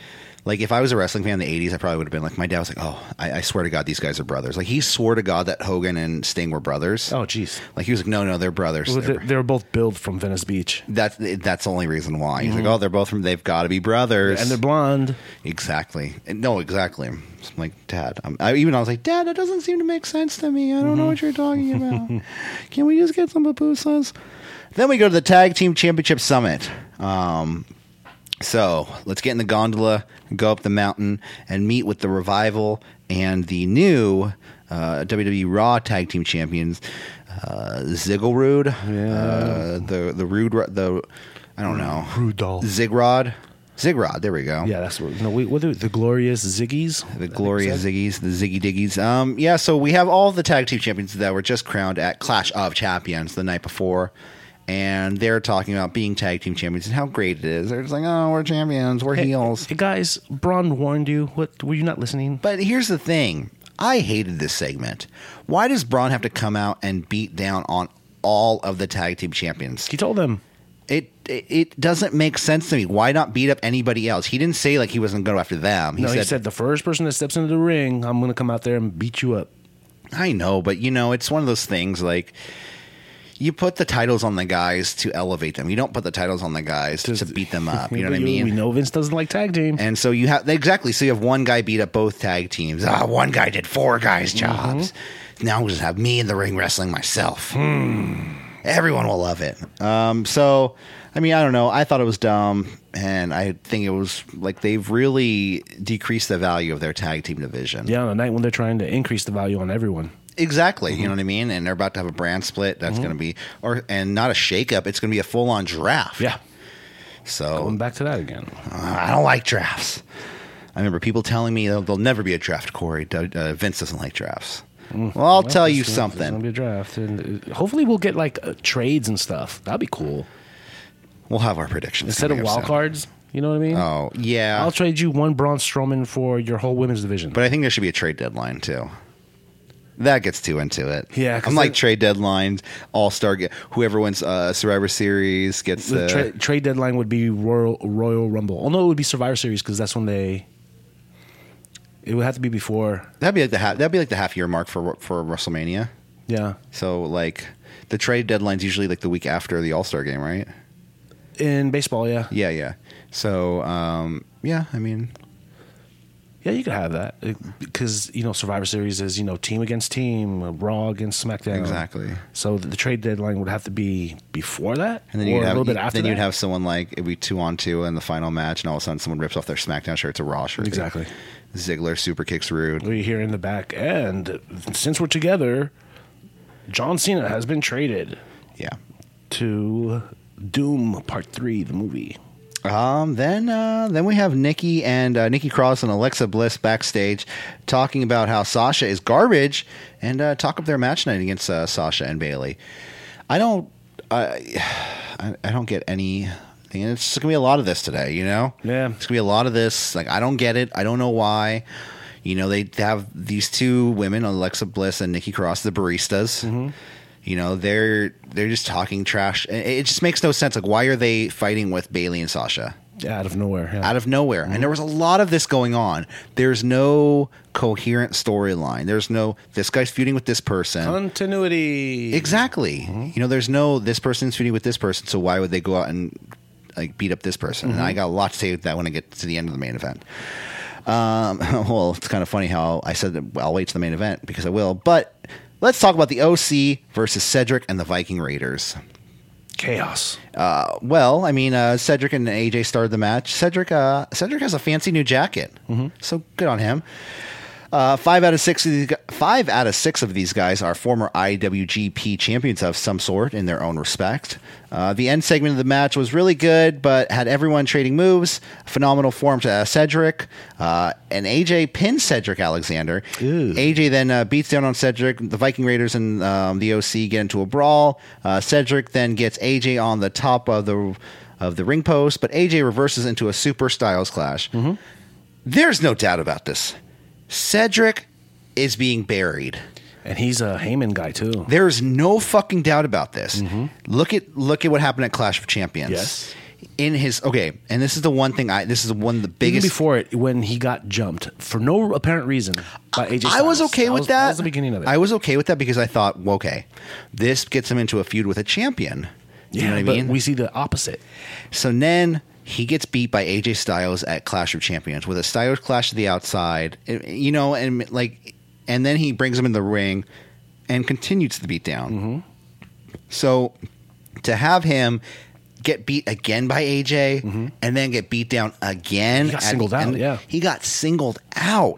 S1: Like if I was a wrestling fan in the '80s, I probably would have been like, my dad was like, "Oh, I, I swear to God, these guys are brothers." Like he swore to God that Hogan and Sting were brothers.
S2: Oh, jeez.
S1: Like he was like, "No, no, they're brothers."
S2: Well,
S1: They're-
S2: they, they were both billed from Venice Beach,
S1: that's that's the only reason why. He's like, "Oh, they're both from. They've got to be brothers."
S2: Mm-hmm. and they're blonde.
S1: Exactly. And- No, exactly. I'm just like, Dad. I'm, I even I was like, Dad, that doesn't seem to make sense to me. I don't know what you're talking about. Can we just get some pupusas? Then we go to the tag team championship summit. Um, so let's get in the gondola, go up the mountain, and meet with the revival and the new uh, WWE Raw tag team champions, uh, Zigglerud, uh, the the Rude, the I don't know,
S2: Rudolph.
S1: Zigrod, Zigrod. There we go
S2: Yeah, that's what. No, we, what are the glorious Ziggies?
S1: the glorious Ziggies, the Ziggy Diggies. Um, yeah, so we have all the tag team champions that were just crowned at Clash of Champions the night before, and they're talking about being tag team champions and how great it is. They're just like, oh, we're champions, we're heels.
S2: Hey, guys, Braun warned you. What were you not listening?
S1: But here's the thing I hated this segment. Why does Braun have to come out and beat down on all of the tag team champions?
S2: He told them.
S1: It it, it doesn't make sense to me. Why not beat up anybody else? He didn't say like he wasn't going to go after them.
S2: no, he said the first person that steps into the ring, I'm gonna come out there and beat you up.
S1: I know, but you know, it's one of those things like you put the titles on the guys to elevate them. You don't put the titles on the guys to beat them up. You know what I
S2: We- We
S1: mean?
S2: know Vince doesn't like tag team.
S1: And so you have exactly. So you have one guy beat up both tag teams. Ah, one guy did four guys' jobs. Now we'll just have me in the ring wrestling myself. Everyone will love it. Um, so, I mean, I don't know. I thought it was dumb, and I think it was like they've really decreased the value of their tag team division.
S2: yeah, on a night when they're trying to increase the value on everyone.
S1: Exactly.
S2: Mm-hmm.
S1: You know what I mean? And they're about to have a brand split. That's going to be, or and not a shakeup. It's going to be a full on draft.
S2: Yeah,
S1: So
S2: going back to that again.
S1: uh, I don't like drafts. I remember people telling me there'll, there'll never be a draft, Corey. D- Uh, Vince doesn't like drafts.
S2: Mm.
S1: Well, I'll tell you
S2: It's gonna
S1: something.
S2: be a draft, and uh, hopefully we'll get like uh, trades and stuff. That'd be cool
S1: we'll have our predictions
S2: instead of
S1: coming up
S2: wild
S1: soon.
S2: cards. You know what I mean?
S1: Oh yeah,
S2: I'll trade you one Braun Strowman for your whole women's division.
S1: but I think there should be a trade deadline too. That gets too into it.
S2: Yeah, 'cause
S1: I'm like
S2: then-
S1: trade deadlines, all star. Whoever wins uh, Survivor Series gets
S2: the
S1: the.
S2: tra- trade deadline would be Royal Royal Rumble. Oh no, it would be Survivor Series because that's when they. It would have to be before.
S1: that'd be like the half. That'd be like the half year mark for for WrestleMania.
S2: Yeah,
S1: So like the trade deadline's usually like the week after the All Star game, right?
S2: in baseball, yeah,
S1: Yeah, yeah. So um, yeah, I mean,
S2: yeah, you could have that because you know Survivor Series is you know team against team, uh, Raw against SmackDown,
S1: Exactly.
S2: So the, the trade deadline would have to be before that,
S1: and then
S2: or
S1: you'd
S2: a
S1: have
S2: little bit after.
S1: then you'd
S2: that.
S1: have someone like it'd be two on two in the final match, and all of a sudden someone rips off their SmackDown shirt to Raw shirt.
S2: Exactly.
S1: Ziggler super kicks Rude.
S2: we hear in the back end. Since we're together, John Cena has been traded
S1: Yeah.
S2: to Doom Part Three, the movie.
S1: Um, then uh, then we have Nikki and uh, Nikki Cross and Alexa Bliss backstage talking about how Sasha is garbage and uh, talk up their match night against uh, Sasha and Bailey. I don't I, I don't get any. And it's gonna be a lot of this today, you know.
S2: Yeah.
S1: it's gonna be a lot of this. Like I don't get it. I don't know why. You know, they have these two women, Alexa Bliss and Nikki Cross, the baristas. You know, they're they're just talking trash. It- It just makes no sense. Like, why are they fighting with Bailey and Sasha?
S2: Out of nowhere, yeah.
S1: out of nowhere. And there was a lot of this going on. There's no coherent storyline. There's no this guy's feuding with this person.
S2: continuity.
S1: Exactly. You know, there's no this person's feuding with this person, so why would they go out and like beat up this person? And I got a lot to say with that when I get to the end of the main event. Um, well, it's kind of funny how I said that I'll wait to the main event because I will. But let's talk about the OC versus Cedric and the Viking Raiders.
S2: Chaos.
S1: Uh, well, I mean, uh, Cedric and AJ started the match. Cedric, uh, Cedric has a fancy new jacket, so good on him. Uh, five out of six of these, gu- five out of six of these guys are former IWGP champions of some sort in their own respect. Uh, the end segment of the match was really good, but had everyone trading moves. Phenomenal form to uh, Cedric, uh, and AJ pinned Cedric Alexander.
S2: Ooh.
S1: AJ then uh, beats down on Cedric. The Viking Raiders and um, the OC get into a brawl. Uh, Cedric then gets AJ on the top of the of the ring post, but AJ reverses into a super Styles clash. There's no doubt about this. Cedric is being buried.
S2: And he's a Heyman guy too.
S1: There is no fucking doubt about this. Look at look at what happened at Clash of Champions.
S2: Mm-hmm. Yes.
S1: in his okay, and this is the one thing I this is one of the biggest
S2: Even before it, when he got jumped for no apparent reason by AJ.
S1: I was
S2: Styles.
S1: okay with that.
S2: That was the beginning of it.
S1: I was okay with that because I thought, well, okay, this gets him into a feud with a champion. You
S2: yeah,
S1: know what I
S2: but
S1: mean?
S2: we see the opposite.
S1: so then he gets beat by AJ Styles at Clash of Champions with a Styles clash to the outside. It- You know, and like, and then he brings him in the ring and continues the beatdown.
S2: Mm-hmm.
S1: So to have him get beat again by AJ and then get beat down again,
S2: Mm-hmm. He got
S1: at-
S2: singled out,
S1: and
S2: yeah. Mm-hmm.
S1: he got singled out.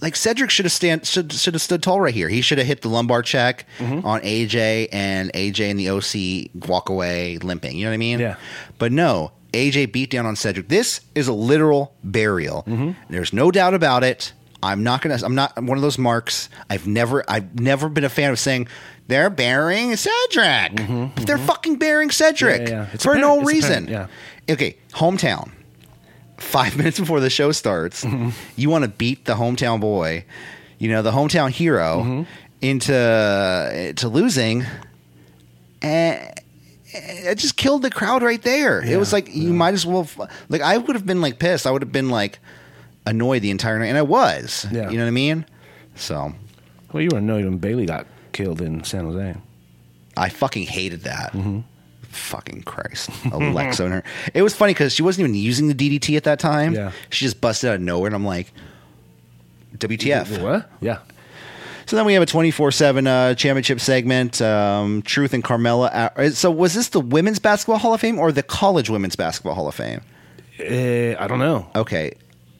S1: Like Cedric should have stand should should have stood tall right here. He should have hit the lumbar check on AJ and AJ and the OC walk away limping. You know what I mean?
S2: Yeah.
S1: But no, AJ beat down on Cedric. This is a literal burial. There's no doubt about it. I'm not gonna. I'm not I'm one of those marks. I've never. I've never been a fan of saying they're burying Cedric. But they're fucking burying Cedric
S2: Yeah, yeah, yeah. It's
S1: for
S2: apparent-
S1: no
S2: it's
S1: reason.
S2: apparent, yeah.
S1: Okay, hometown. Five minutes before the show starts,
S2: Mm-hmm.
S1: you want to beat the hometown boy, you know, the hometown hero,
S2: Mm-hmm.
S1: into to losing, and it just killed the crowd right there. it was like you might as well. f- Like I would have been like pissed. I would have been like annoyed the entire night, and I was.
S2: Yeah.
S1: You know what I mean? So
S2: Well, you were annoyed when Bailey got killed in San Jose.
S1: I fucking hated that.
S2: Mm-hmm.
S1: Fucking Christ, Alexa and her. It was funny because she wasn't even using the DDT at that time.
S2: Yeah.
S1: She just busted out of nowhere, and I'm like, WTF?
S2: What? Yeah.
S1: So then we have a 24 seven uh, championship segment. Um, Truth and Carmella. Out- so was this the women's basketball Hall of Fame or the college women's basketball Hall of Fame?
S2: Eh, I don't know.
S1: Okay,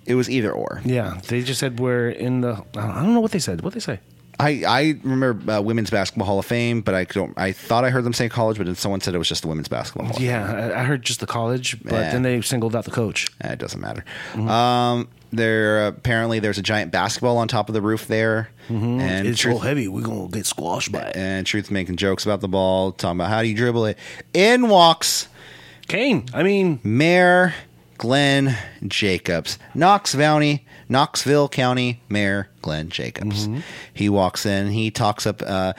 S1: it was either or.
S2: Yeah, they just said we're in the. I don't- I don't know what they said. What they say?
S1: I I remember uh, women's basketball Hall of Fame, but I don't. I thought I heard them say college, but then someone said it was just the women's basketball. Hall of
S2: Yeah, I, I heard just the college, but
S1: Yeah.
S2: then they singled out the coach.
S1: Eh, It doesn't matter. Um, there apparently there's a giant basketball on top of the roof there, and
S2: it's real
S1: truth,
S2: heavy. We're gonna get squashed by it.
S1: and truth making jokes about the ball, talking about how do you dribble it. In walks
S2: Kane. I mean,
S1: Mayor Glenn Jacobs, Knox County, Knoxville County Mayor Glenn Jacobs. He walks in. He talks up. Uh,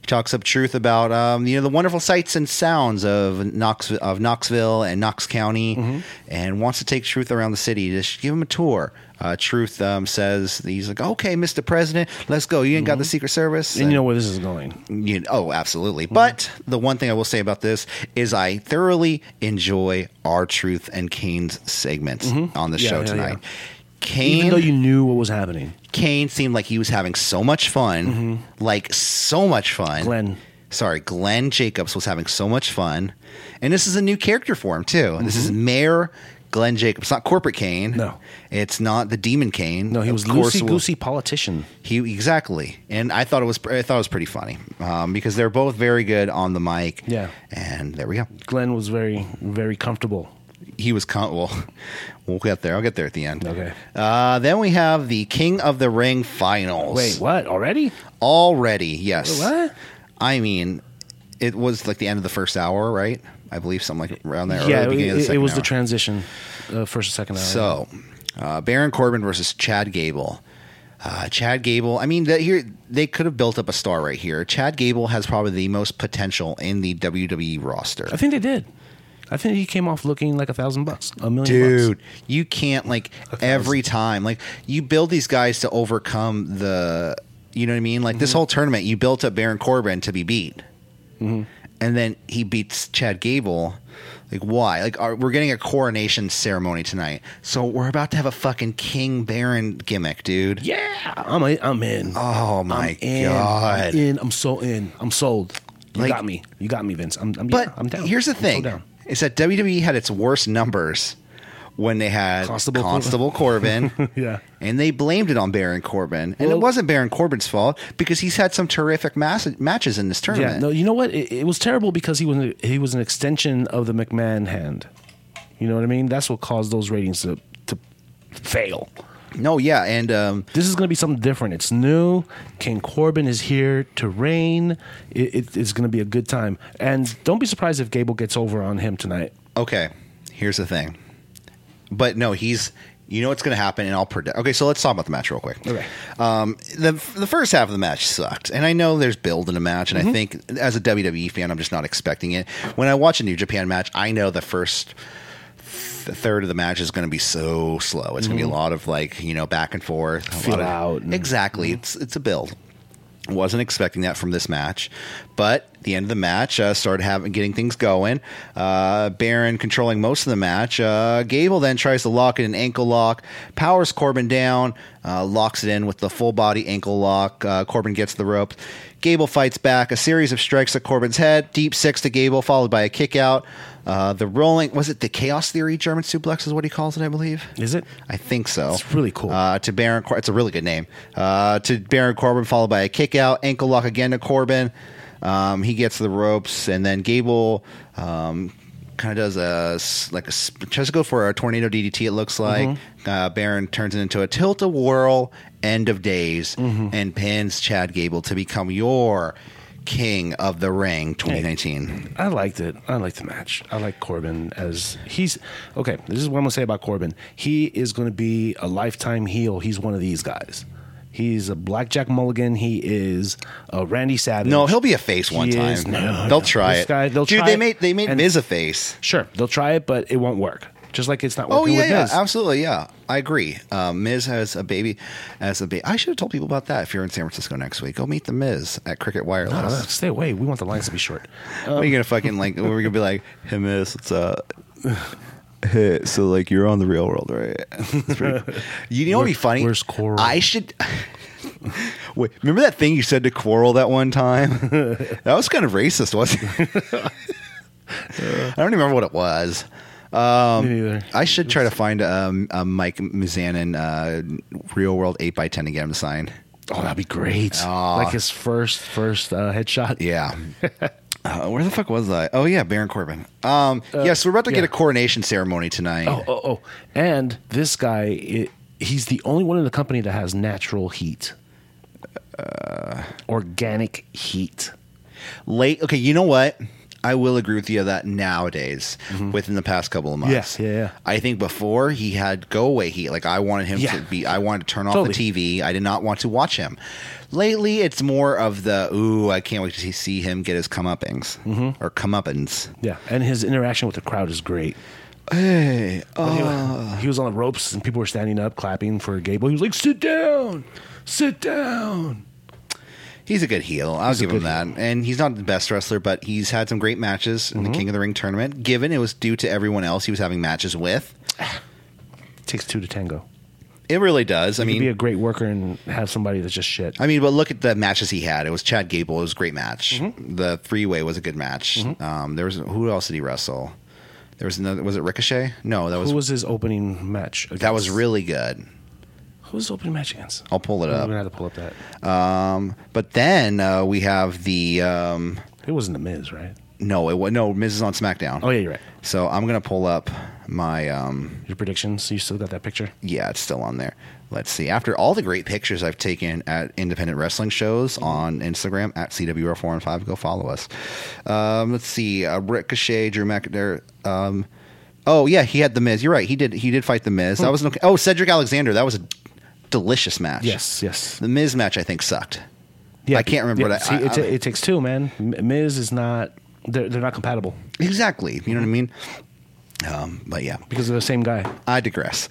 S1: he talks up truth about um, you know the wonderful sights and sounds of Knox of Knoxville and Knox County, and wants to take truth around the city. Just give him a tour. Uh, truth um, says he's like, okay, Mr. President, let's go. You ain't got the Secret Service.
S2: and you know where this is going.
S1: You oh, absolutely.
S2: Mm-hmm.
S1: But the one thing I will say about this is I thoroughly enjoy our truth and Kane's segments on the
S2: Mm-hmm. Yeah,
S1: show
S2: yeah,
S1: tonight.
S2: yeah. Even
S1: Kane,
S2: though you knew what was happening,
S1: Kane seemed like he was having so much fun, like so much fun.
S2: Mm-hmm. Glenn.
S1: sorry, Glenn Jacobs was having so much fun, and this is a new character for him too. This is Mayor Glenn Jacobs, not corporate Kane.
S2: Mm-hmm. No.
S1: it's not the demon Kane.
S2: no, he
S1: Of
S2: was
S1: course
S2: loosey
S1: we'll-
S2: goosey politician.
S1: he exactly, and I thought it was I thought it was pretty funny um, because they're both very good on the mic.
S2: Yeah.
S1: and there we go.
S2: Glenn was very, very comfortable.
S1: He was con- well. We'll get there. I'll get there at the end.
S2: Okay.
S1: Uh, then we have the King of the Ring finals.
S2: Wait, what? Already?
S1: already? Yes.
S2: What?
S1: I mean, it was like the end of the first hour, right? I believe something like around there. or
S2: yeah,
S1: the
S2: it,
S1: beginning of the
S2: it- it
S1: second
S2: was the
S1: hour.
S2: transition, uh, first and second hour.
S1: So, uh, Baron Corbin versus Chad Gable. Uh, Chad Gable. I mean, that here they could have built up a star right here. Chad Gable has probably the most potential in the WWE roster.
S2: I think they did. I think he came off looking like a thousand bucks, a million
S1: Dude,
S2: bucks.
S1: you can't like every time. Like you build these guys to overcome the. You know what I mean? Like this
S2: Mm-hmm.
S1: whole tournament, you built up Baron Corbin to be beat,
S2: Mm-hmm.
S1: and then he beats Chad Gable. Like why? Like are, we're getting a coronation ceremony tonight, so we're about to have a fucking King Baron gimmick, dude.
S2: Yeah, I'm in. I'm in.
S1: Oh my
S2: I'm in.
S1: god!
S2: I'm in. I'm so in. I'm sold. You
S1: Like-
S2: got me. You got me, Vince. I'm, I'm,
S1: But
S2: yeah, I'm down.
S1: here's the
S2: I'm so
S1: thing:
S2: down.
S1: is that WWE had its worst numbers when they had
S2: Constable
S1: Constable,
S2: Corbin.
S1: Corbin.
S2: Yeah.
S1: and they blamed it on Baron Corbin, and
S2: Well-
S1: it wasn't Baron Corbin's fault because he's had some terrific mas- matches in this tournament.
S2: Yeah, no, you know what? It, it was terrible because he was he was an extension of the McMahon hand. You know what I mean? That's what caused those ratings to to fail.
S1: No, yeah, and um,
S2: This is going to be something different. It's new. King Corbin is here to reign. It, it, it's going to be a good time. And don't be surprised if Gable gets over on him tonight.
S1: okay, here's the thing. But no, he's. You know what's going to happen, and I'll predict. Okay, so let's talk about the match real quick.
S2: Okay.
S1: Um, the the first half of the match sucked, and I know there's build in a match,
S2: Mm-hmm.
S1: and I E think as a WWE fan, I'm just not expecting it. When I watch a New Japan match, I know the first the third of the match is going to be so slow. It's going to be a lot of like you know back and forth. a
S2: Mm-hmm. Feel
S1: lot of-
S2: out and- mm-hmm.
S1: exactly. It's it's a build. Wasn't expecting that from this match, but the end of the match uh, started having getting things going. Uh, Baron controlling most of the match. Uh, Gable then tries to lock in an ankle lock, powers Corbin down, uh, locks it in with the full body ankle lock. Uh, Corbin gets the rope. Gable fights back. A series of strikes at Corbin's head, deep six to Gable, followed by a kick out. Uh, the rolling was it the Chaos Theory German suplex is what he calls it, I believe.
S2: Is it?
S1: I think so.
S2: It's really cool.
S1: Uh, to Baron, Cor- it's a really good name. Uh, to Baron Corbin, followed by a kick out, ankle lock again to Corbin. Um, he gets the ropes, and then Gable um, kind of does a s- like a s- tries to go for a tornado DDT. It looks like
S2: Mm-hmm.
S1: uh, Baron turns it into a tilt a whirl, end of days,
S2: Mm-hmm.
S1: and pins Chad Gable to become your king of the ring 2019.
S2: I liked it. I liked the match. I like Corbin as he's okay. This is what I'm gonna say about Corbin. He is gonna be a lifetime heel. He's one of these guys. He's a blackjack Mulligan. He is a Randy Savage.
S1: No, he'll be a face one
S2: He
S1: time.
S2: is- no,
S1: they'll
S2: no.
S1: try
S2: This
S1: it.
S2: guy- they'll
S1: Dude,
S2: try
S1: they
S2: it,
S1: made they made
S2: and-
S1: Miz a face.
S2: sure they'll try it, but it won't work. Just like it's not working
S1: Oh yeah,
S2: with
S1: yeah,
S2: Miz.
S1: absolutely, yeah. I agree. Uh, Miz has a baby as a baby. I should have told people about that. If you're in San Francisco next week, go meet the Miz at Cricket
S2: No, no,
S1: Wireless.
S2: stay away. We want the lines to be short.
S1: What are you gonna fucking like? We're gonna be like, hey Miz, what's up? Hey, so like you're on the real world, right? It's pretty cool. You know what'd be funny?
S2: where's Coral?
S1: I should. Wait, remember that thing you said to Quarrel that one time? that was kind of racist, wasn't it? I don't even remember what it was. Um,
S2: Me neither.
S1: I should try to find um, a Mike Muzanin uh, real world 8x10 and get him to sign.
S2: Oh, that'd be great.
S1: Aw.
S2: Like his first first uh, headshot.
S1: Yeah. Uh, where the fuck was I? Oh, yeah, Baron Corbin. Um, yes, we're about to get
S2: Uh, yeah.
S1: a coronation ceremony tonight.
S2: Oh, oh, oh. And this guy, i he's the only one in the company that has natural heat.
S1: Uh.
S2: Organic heat.
S1: Late. Okay, you know what? I will agree with you that nowadays, within the past couple of months,
S2: Mm-hmm. Yeah, yeah, yeah.
S1: I think before he had go away heat. Like I wanted him
S2: Yeah.
S1: to be. I wanted to turn off
S2: Totally.
S1: the TV. I did not want to watch him. Lately, it's more of the ooh. I can't wait to see him get his comeuppings
S2: Mm-hmm.
S1: or comeuppance.
S2: Yeah. And his interaction with the crowd is great.
S1: Hey,
S2: He was, he was on the ropes and people were standing up clapping for Gable. He was like, sit down, sit down.
S1: He's a good heel. I'll give him
S2: good
S1: that. And he's not the best wrestler, but he's had some great matches in the King of the Ring tournament. Given it was due to everyone else he was having matches with,
S2: takes two to tango.
S1: it really does. I
S2: You can be
S1: mean,
S2: a great worker and have somebody that's just shit.
S1: I mean, but look at the matches he had. It was Chad Gable. It was a great match. The three way was a good match. Um, there was who else did he wrestle? There was another. Was it Ricochet? No, that was,
S2: Who was his opening match? Against?
S1: that was really good.
S2: Who was his opening match against?
S1: I'll pull it
S2: I'm
S1: up.
S2: gonna have to pull up that.
S1: Um, but then uh, we have the um,
S2: It wasn't the Miz, right?
S1: no, it wa- no. Miz is on SmackDown.
S2: Oh yeah, you're right.
S1: So I'm gonna pull up my um,
S2: Your predictions. You still got that picture?
S1: yeah, it's still on there. Let's see. After all the great pictures I've taken at independent wrestling shows on Instagram at CWR4 and 5, go follow us. Um, let's see. Uh, Ricochet, Drew McIntyre. Um, oh, yeah, he had The Miz. You're right. He did He did fight The Miz. That was an okay. Oh, Cedric Alexander. That was a delicious match.
S2: Yes, yes.
S1: The Miz match, I think, sucked. I can't remember
S2: yeah,
S1: what I-
S2: see, it,
S1: I-
S2: ta- it takes two, man. M- Miz is not. They're, they're not compatible
S1: Exactly. You know what I mean? Um, but yeah.
S2: because they're the same guy.
S1: I digress.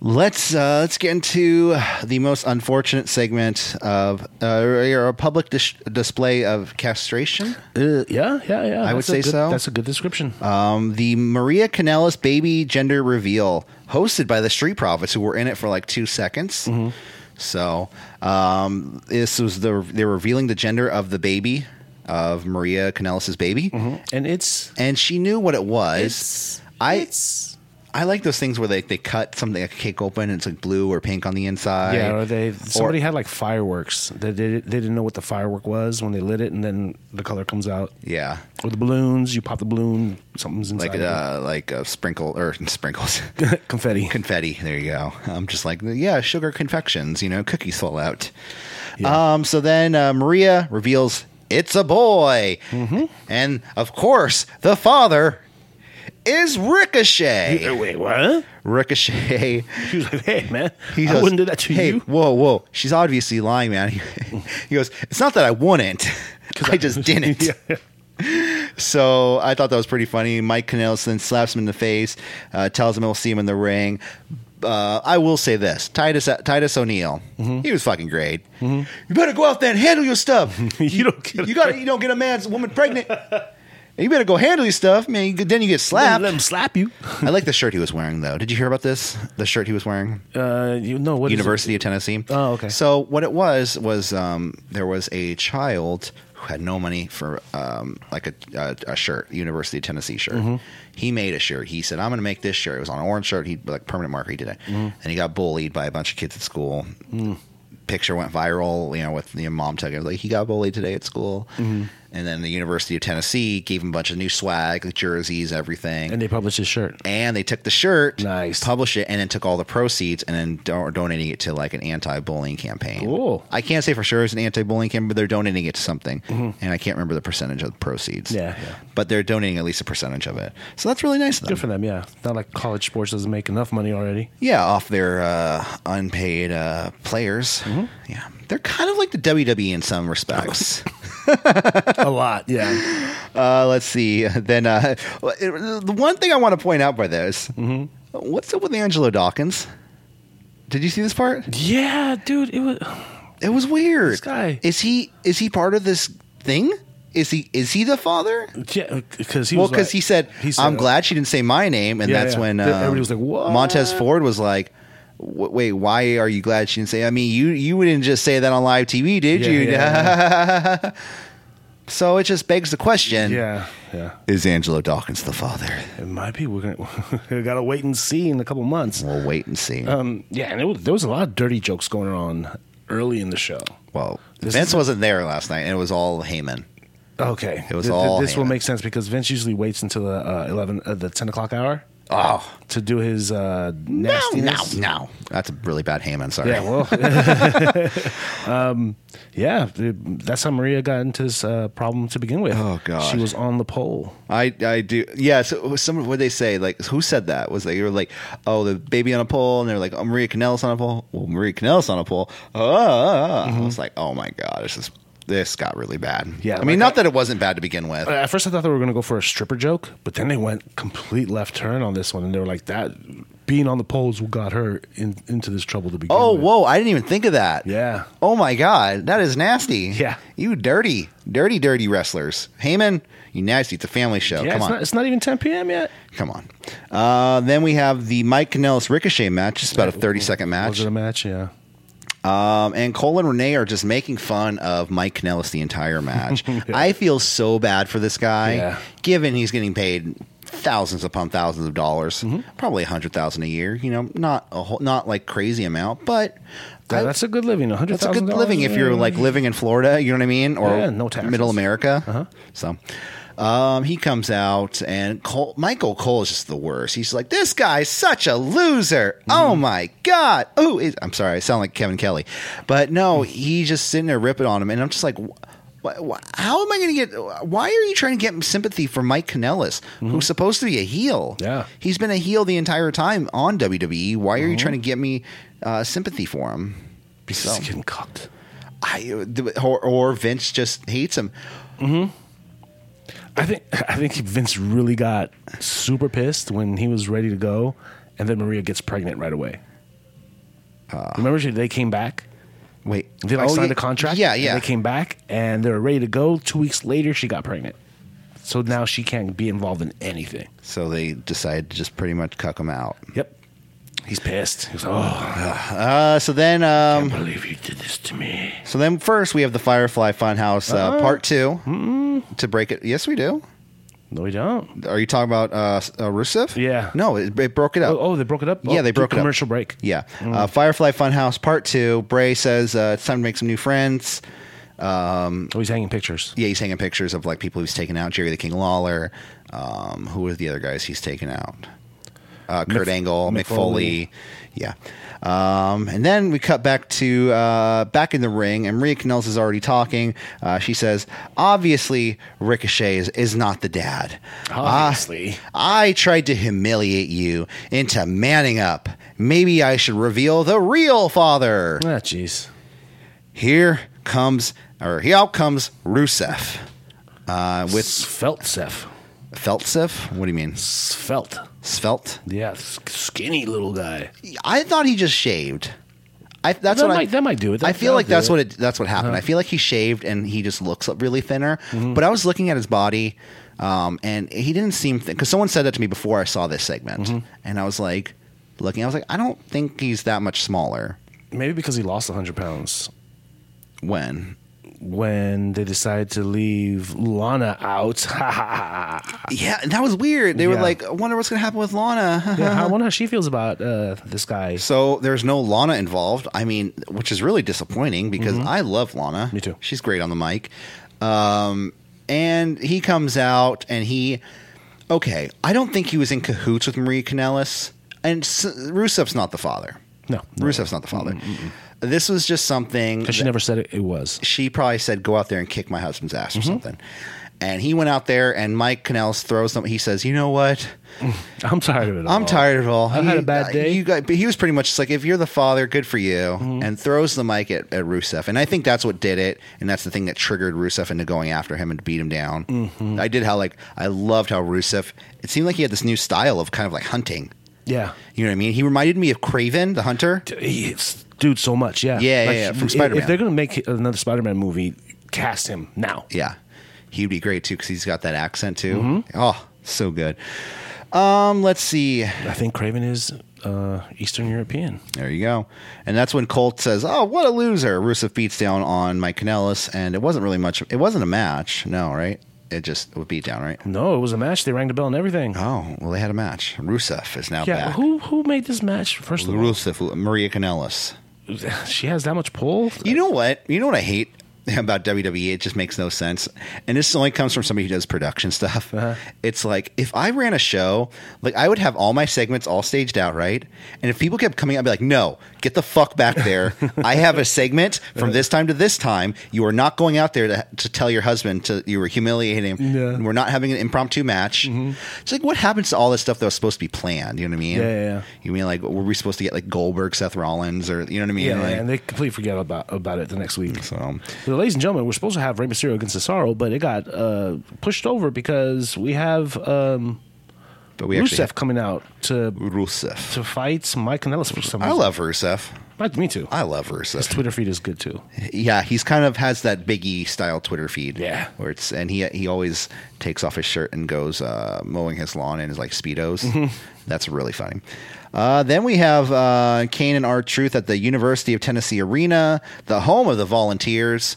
S1: Let's uh, let's get into the most unfortunate segment of uh, or a public dis- display of castration.
S2: Uh, yeah, yeah, yeah.
S1: I would
S2: That's a
S1: say
S2: good-
S1: so.
S2: That's a good description.
S1: Um, the Maria Canellis baby gender reveal, hosted by the Street Profits, who were in it for like two seconds.
S2: Mm-hmm.
S1: So um, this was the they're revealing the gender of the baby of Maria Canellis's baby,
S2: and it's
S1: and she knew what it was.
S2: Mm-hmm. It's-
S1: I
S2: it's
S1: I like those things where they, they cut something like a cake open and it's like blue or pink on the inside.
S2: yeah. Or they somebody had like fireworks. They, they they didn't know what the firework was when they lit it, and then the color comes out.
S1: yeah,
S2: Or the balloons. You pop the balloon. Something's inside.
S1: like uh, like a sprinkle or sprinkles
S2: it. confetti.
S1: confetti. There you go. I'm just like yeah, sugar confections. You know, cookies fall out.
S2: Yeah.
S1: Um. So then uh, Maria reveals it's a boy,
S2: Mm-hmm.
S1: and of course the father is Ricochet.
S2: Hey, Wait, what?
S1: Ricochet.
S2: She was like, "Hey, man,
S1: He
S2: I
S1: goes,
S2: wouldn't do that to
S1: hey,
S2: you."
S1: Whoa, whoa. She's obviously lying, man. He goes, It's not that I wouldn't. I just didn't.
S2: Yeah.
S1: So I thought that was pretty funny. Mike Canales then slaps him in the face, uh, tells him he'll see him in the ring. Uh, I will say this: Titus uh, Titus O'Neil,
S2: Mm-hmm.
S1: he was fucking great. You better go out there and handle your stuff.
S2: you don't get
S1: you got you don't get a man's woman pregnant. You better go handle your stuff, man. You, then you get slapped.
S2: Let him slap you.
S1: I like the shirt he was wearing, though. Did you hear about this? The shirt he was wearing,
S2: Uh, you know what? is it?
S1: University of Tennessee.
S2: Oh, okay.
S1: So what it was was um, there was a child who had no money for um, like a, a, a shirt, University of Tennessee shirt.
S2: Mm-hmm.
S1: He made a shirt. He said, "I'm going to make this shirt." It was on an orange shirt. He like permanent marker. He did it,
S2: Mm-hmm.
S1: and he got bullied by a bunch of kids at school.
S2: Mm.
S1: Picture went viral, you know, with the mom tugging. It was like he got bullied today at school,
S2: Mm-hmm.
S1: and then the University of Tennessee gave him a bunch of new swag, like jerseys, everything
S2: And they published his shirt.
S1: and they took the shirt,
S2: Nice.
S1: published it, and then took all the proceeds and then don- donating it to like an anti-bullying campaign.
S2: Cool.
S1: I can't say for sure it's an anti-bullying campaign, but they're donating it to something, and I can't remember the percentage of the proceeds.
S2: Mm-hmm. Yeah, yeah.
S1: but they're donating at least a percentage of it, so that's really nice of them.
S2: Good for them. Yeah, not like college sports doesn't make enough money already.
S1: Yeah, off their uh, unpaid uh, players.
S2: Mm-hmm.
S1: Yeah, they're kind of like the WWE in some respects.
S2: a lot. Yeah.
S1: Uh, let's see. Then uh, the one thing I want to point out by this:
S2: Mm-hmm.
S1: what's up with Angelo Dawkins? Did you see this part?
S2: Yeah, dude. It was.
S1: It was weird.
S2: This guy.
S1: is he is he part of this thing? Is he is he the father?
S2: Yeah, because he
S1: well,
S2: was
S1: because
S2: like-
S1: he said, "I'm glad she didn't say my name," and
S2: Yeah,
S1: that's
S2: yeah.
S1: when
S2: Then
S1: um,
S2: everybody was like, "What?"
S1: Montez Ford was like. "W- Wait, why are you glad she didn't say? I mean, you you didn't just say that on live TV, did
S2: Yeah,
S1: you?
S2: yeah,
S1: so it just begs the question:
S2: Yeah, yeah.
S1: Is Angelo Dawkins the father?
S2: It might be. We're gonna we gotta wait and see in a couple months.
S1: We'll wait and see.
S2: Um, yeah, and it was, there was a lot of dirty jokes going on early in the show.
S1: well,
S2: this
S1: Vince
S2: is-
S1: wasn't there last night, and it was all Heyman.
S2: Okay, it
S1: was all
S2: This will
S1: Heyman.
S2: make sense because Vince usually waits until the uh, eleven, uh, the ten o'clock hour
S1: Oh,
S2: to do his uh,
S1: no, no,
S2: nastiness.
S1: no. That's a really bad Heyman. Sorry.
S2: Yeah, well, um, yeah, th- that's how Maria got into this uh, problem to begin with.
S1: Oh, God.
S2: she was on the pole.
S1: I I do yeah. So some what they say like who said that was like you were like oh the baby on a pole and they're like oh Maria Canellis on a pole. Well Maria Canellis on a pole. Oh, I was like oh my god this is this got really bad.
S2: Mm-hmm. Yeah,
S1: I mean
S2: like
S1: not that it wasn't bad to begin with.
S2: Uh, At first, I thought they were going to go for a stripper joke, but then they went complete left turn on this one, and they were like, "That being on the poles got her in, into this trouble to begin
S1: oh
S2: with."
S1: whoa I didn't even think of that.
S2: yeah,
S1: Oh my god that is nasty.
S2: Yeah.
S1: You dirty dirty dirty wrestlers. Heyman you nasty. It's a family show. Oh,
S2: yeah.
S1: Come
S2: It's
S1: on.
S2: not, it's not even 10 p.m. yet.
S1: Come on. Uh, then we have the Mike Canellis Ricochet match. It's about a 30 second
S2: Was
S1: match.
S2: it a match? Yeah.
S1: Um, and Cole and Renee are just making fun of Mike Kanellis the entire match. I feel so bad for this guy,
S2: Yeah.
S1: given he's getting paid thousands upon thousands of dollars,
S2: Mm-hmm.
S1: probably a hundred thousand a year. You know, not a whole, not like crazy amount, but
S2: That-
S1: I-
S2: that's a good living. $100,000.
S1: that's a good living if
S2: uh,
S1: you're like living in Florida. You know what I mean, or
S2: Yeah, no taxes. Uh-huh.
S1: middle America. So. Um, he comes out and Cole, Michael Cole is just the worst. He's like, this guy's such a
S2: Mm.
S1: loser. Oh my God. Oh, it- I'm sorry. I sound like Kevin Kelly, but no, he's just sitting there ripping on him. And I'm just like, wh- wh- how am I going to get, why are you trying to get sympathy for Mike Kanellis, who's supposed to be a heel?
S2: Mm-hmm. Yeah. Mm-hmm.
S1: He's been a heel the entire time on WWE. Why are you trying to get me, uh, sympathy for him?
S2: He's
S1: So-
S2: just getting cocked.
S1: I or, or Vince just hates him.
S2: I think I think Vince really got super pissed when he was ready to go, and then Maria gets pregnant right away. Remember, she- they came back.
S1: Wait,
S2: They like
S1: Ah. Oh,
S2: signed
S1: yeah,
S2: a contract.
S1: Yeah,
S2: and
S1: yeah.
S2: they came back and they were ready to go. Two weeks later, she got pregnant. So now she can't be involved in anything.
S1: so they decided to just pretty much cuck him out.
S2: Yep. He's pissed. He's like, oh,
S1: Uh, so then,
S2: I
S1: um,
S2: can't believe you did this to me.
S1: so then first we have the Firefly Funhouse uh, part 2 to break it. Yes, we do.
S2: No, we don't.
S1: Are you talking about uh, s- uh, Rusev?
S2: Yeah.
S1: No, it, it broke it up.
S2: Oh, oh, they broke it up?
S1: Yeah,
S2: Oh,
S1: they
S2: do
S1: broke it up.
S2: Commercial break.
S1: Yeah. Uh, Firefly Funhouse part two. Bray says uh, it's time to make some new friends.
S2: Oh, he's hanging pictures.
S1: yeah, he's hanging pictures of like people he's taken out. Jerry the King Lawler. Um, who are the other guys he's taken out? Uh, Kurt Angle, Mick
S2: Mick Foley.
S1: Foley. Yeah. Um, and then we cut back to uh, back in the ring, and Maria Canales is already talking. Uh, she says, obviously, Ricochet is, is not the dad. Ah.
S2: Obviously.
S1: I, I tried to humiliate you into manning up. Maybe I should reveal the real father.
S2: Ah, jeez.
S1: Here comes, or here out comes Rusev. uh, with
S2: Svelte Seth.
S1: Feltsif. What do you mean?
S2: Svelte.
S1: Svelte?
S2: Yeah, s- skinny little guy.
S1: I thought he just shaved. I, that's
S2: that
S1: what
S2: might,
S1: I,
S2: that might do it. Uh-huh.
S1: I feel like that's what
S2: what
S1: it that's what happened. I feel like he shaved and he just looks really thinner.
S2: Mm-hmm.
S1: But I was looking at his body, um, and he didn't seem because someone said that to me before I saw this segment,
S2: Mm-hmm.
S1: and I was like looking. I was like, I don't think he's that much smaller.
S2: Maybe because he lost 100 pounds
S1: When
S2: when they decided to leave Lana out.
S1: yeah, and that was weird. They were
S2: Yeah.
S1: like, I wonder what's gonna happen with Lana.
S2: yeah, I wonder how she feels about uh, this guy.
S1: so there's no Lana involved. I mean, which is really disappointing because I love Lana.
S2: Mm-hmm. Me too.
S1: She's great on the mic. Um, and he comes out and he, okay, I don't think he was in cahoots with Marie Kanellis. And S- Rusev's not the father.
S2: No, no.
S1: Rusev's not the father. This was just something.
S2: Because she
S1: that-
S2: never said it, it was.
S1: she probably said, "Go out there and kick my husband's ass"
S2: Mm-hmm.
S1: or something. And he went out there, and Mike Canales throws them. He says, "You know what?
S2: I'm tired of it.
S1: I'm
S2: all.
S1: tired of it all.
S2: Oh. I've had a bad day. Mm-hmm.
S1: You got, but he was pretty much just like, "If you're the father, good for you," and throws the mic at, at Rusev. And I think that's what did it, and that's the thing that triggered Rusev into going after him and beat him down.
S2: Mm-hmm.
S1: I did how like I loved how Rusev. It seemed like he had this new style of kind of like hunting.
S2: Yeah.
S1: You know what I mean? He reminded me of Craven the Hunter.
S2: He- it's- Dude, so much. Yeah.
S1: Yeah, yeah, yeah,
S2: if-
S1: from Spider-Man.
S2: If they're going to make another Spider Man movie, cast him now.
S1: Yeah. He'd be great too because he's got that accent too.
S2: Mm-hmm.
S1: Oh, so good. Um, let's see.
S2: I think Craven is uh, Eastern European.
S1: There you go. And that's when Colt says, "Oh, what a loser!" Rusev beats down on Mike Kanellis, and it wasn't really much. It wasn't a match, no, right? It just it was beat down, right?
S2: No, it was a match. They rang the bell and everything.
S1: Oh, well, they had a match. Rusev is now
S2: yeah.
S1: back.
S2: Who who made this match? First of all,
S1: Rusev, Maria Kanellis.
S2: she has that much pull.
S1: You know what? You know what I hate about WWE? It just makes no sense. And this only comes from somebody who does production stuff.
S2: Uh-huh.
S1: It's like if I ran a show, like I would have all my segments all staged out, right? And if people kept coming, I'd be like, "No, get the fuck back there! I have a segment from this time to this time. You are not going out there to, to tell your husband to you were humiliating him.
S2: Yeah. Mm-hmm.
S1: We're not having an impromptu match." It's like what happens to all this stuff that was supposed to be planned? You know what I mean?
S2: Yeah, yeah, yeah.
S1: You mean like were we supposed to get like Goldberg, Seth Rollins, or you know what I mean?
S2: yeah,
S1: Like-
S2: and they completely forget about about it the next week.
S1: so
S2: Well, ladies and gentlemen, we're supposed to have Rey Mysterio against Cesaro, but it got uh, pushed over because we have um,
S1: But we
S2: Rusev
S1: actually
S2: coming out to
S1: Rusev.
S2: to fight Mike Kanellis for some
S1: I
S2: reason.
S1: love Rusev.
S2: Like me too.
S1: I love
S2: His
S1: Rusev.
S2: Twitter feed is good too.
S1: Yeah, he's kind of has that Biggie style Twitter feed.
S2: Yeah.
S1: where it's and he he always takes off his shirt and goes uh, mowing his lawn in his like
S2: Mm-hmm.
S1: speedos. That's really funny. Uh, then we have uh, Kane and R Truth at the University of Tennessee Arena, the home of the Volunteers.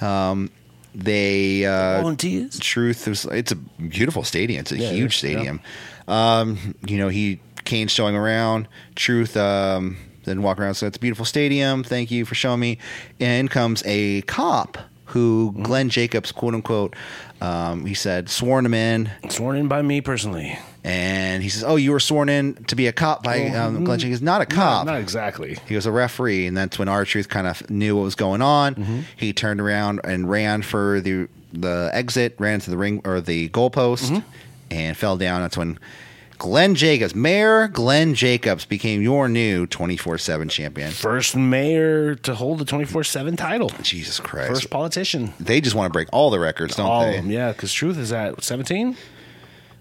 S1: Um, they uh,
S2: Volunteers.
S1: Truth is it's a beautiful stadium. It's a
S2: Yeah, it
S1: huge
S2: is, yeah.
S1: stadium. Um, you know, he Kane's showing around. Truth um then walk around. So it's a beautiful stadium. Thank you for showing me. And in comes a cop who
S2: Mm-hmm.
S1: Glenn Jacobs, quote unquote, um, he said sworn him in,
S2: Sworn in by me personally.
S1: and he says, "Oh, you were sworn in to be a cop by um, Glenn Jacobs, not a cop."
S2: Mm-hmm. Not exactly.
S1: He was a referee, and that's when R Truth kind of knew what was going on.
S2: Mm-hmm.
S1: He turned around and ran for the the exit, ran into the ring or the goalpost,
S2: Mm-hmm.
S1: and fell down. That's when Glenn Jacobs, Mayor Glenn Jacobs, became your new twenty four seven champion.
S2: First mayor to hold the twenty four seven title.
S1: Jesus Christ!
S2: First politician.
S1: they just want to break all the records, don't
S2: All
S1: they?
S2: of them, yeah. Because truth is at seventeen.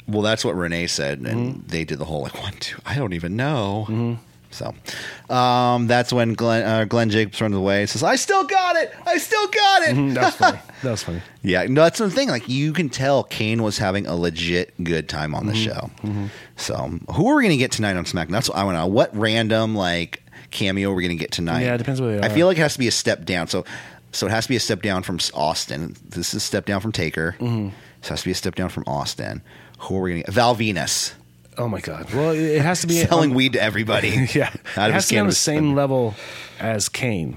S1: Well, that's what Renee said, and
S2: Mm-hmm.
S1: they did the whole like one, two. I don't even know. So um, that's when Glenn, uh, Glenn Jacobs runs away. and Says, "I still got it. I still got it."
S2: That was funny. That was funny.
S1: Yeah, no, that's the thing. Like you can tell Kane was having a legit good time on the
S2: Mm-hmm.
S1: show. So who are we going to get tonight on SmackDown? That's what I want to know. What random like cameo we're going to get tonight?
S2: Yeah, it depends where they
S1: I
S2: are.
S1: feel like it has to be a step down. So so it has to be a step down from Austin. This is a step down from Taker.
S2: Mm-hmm.
S1: So it has to be a step down from Austin. Who are we going to get? Val Venus
S2: Oh my god. Well, it it has to be
S1: selling weed to everybody.
S2: Yeah,
S1: out
S2: it
S1: of his
S2: has to be on the
S1: cannabis.
S2: same level as Kane.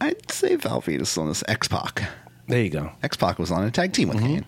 S1: I'd say Val Venus on this X Pac.
S2: There you go.
S1: X Pac was on a tag team with Kane.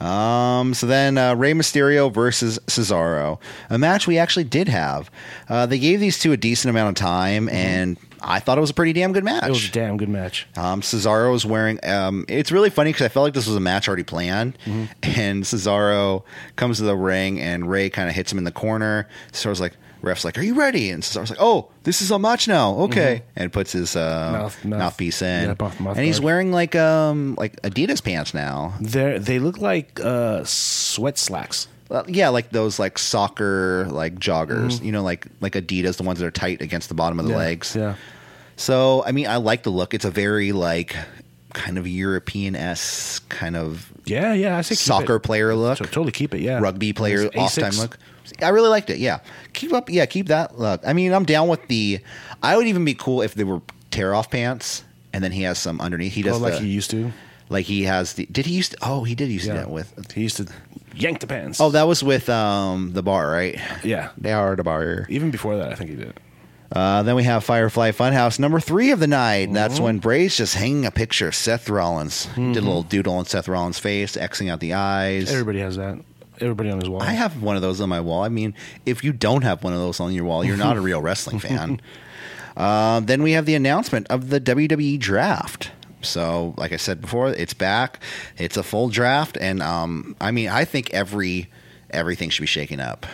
S1: Um, so then uh, Rey Mysterio versus Cesaro, a match we actually did have. Uh, they gave these two a decent amount of time, and I thought it was a pretty damn good
S2: It was a
S1: match.
S2: damn good match.
S1: Um, Cesaro was wearing. Um, it's really funny because I felt like this was a match already planned,
S2: Mm-hmm.
S1: and Cesaro comes to the ring, and Ray kind of hits him in the corner. Cesaro's like, Ref's like, "Are you ready?" And Cesaro's like, "Oh, this is a match now. Okay." And puts his uh,
S2: Mm-hmm. Mouth- mouth-
S1: mouthpiece in,
S2: yeah, mouth- mouth
S1: and he's
S2: guard.
S1: wearing like um like Adidas pants now.
S2: They're, they look like uh, sweat slacks.
S1: Well, yeah, like those like soccer like joggers, you know, like like Adidas, the ones that are tight against the bottom of the
S2: Mm-hmm. Yeah,
S1: legs.
S2: Yeah.
S1: So I mean, I like the look. It's a very like kind of European s kind of
S2: Yeah, yeah. I say keep
S1: soccer
S2: It.
S1: player look,
S2: So totally keep it. Yeah.
S1: rugby player
S2: It's
S1: off time
S2: Asics.
S1: look. I really liked it. Yeah, keep up. Yeah, keep that look. I mean, I'm down with the. I would even be cool if they were tear off pants, and then he has some underneath. He does
S2: Oh, like
S1: the-
S2: he used to.
S1: like he has the. Did he used? To, oh, he did use to
S2: Yeah.
S1: do that with.
S2: he used to yank the pants.
S1: Oh, that was with um the bar, right?
S2: yeah.
S1: They are the bar.
S2: Even before that, I think he did. it.
S1: Uh, then we have Firefly Funhouse number three of the night. That's when Bray's just hanging a picture of Seth Rollins. He Did a little doodle on Seth Rollins' face, Xing out the eyes.
S2: Everybody has that. Everybody on his wall.
S1: I have one of those on my wall. I mean, if you don't have one of those on your wall, you're not a real wrestling fan. Um, then we have the announcement of the WWE draft. So, like I said before, it's back. It's a full draft, and um, I mean, I think every everything should be shaken up,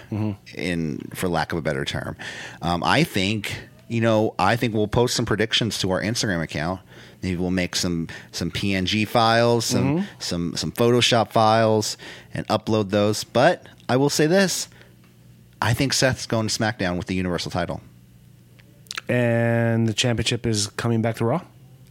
S1: in for lack of a better term. Um, I think you know, I think we'll post some predictions to our Instagram account. Maybe we'll make some some PNG files, some some some Photoshop files, and upload those. But I will say this: I think Seth's going to SmackDown with the Universal title.
S2: and the championship is coming back to Raw.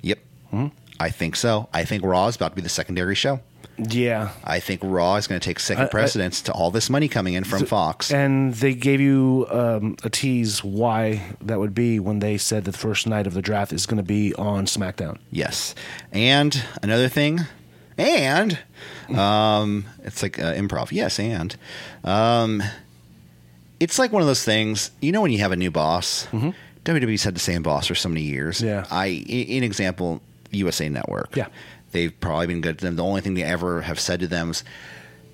S1: Yep.
S2: Hmm?
S1: I think so. I think Raw is about to be the secondary show.
S2: Yeah.
S1: I think Raw is going to take second
S2: I- I-
S1: precedence to all this money coming in from Fox.
S2: And they gave you um, a tease why that would be when they said that the first night of the draft is going to be on SmackDown.
S1: yes. And another thing, and um, it's like uh, improv. Yes, and um, it's like one of those things. You know, when you have a new boss, WWE's had the same boss for so many years.
S2: Mm-hmm. Yeah.
S1: I, in in example, USA Network.
S2: Yeah.
S1: They've probably been good to them. The only thing they ever have said to them is,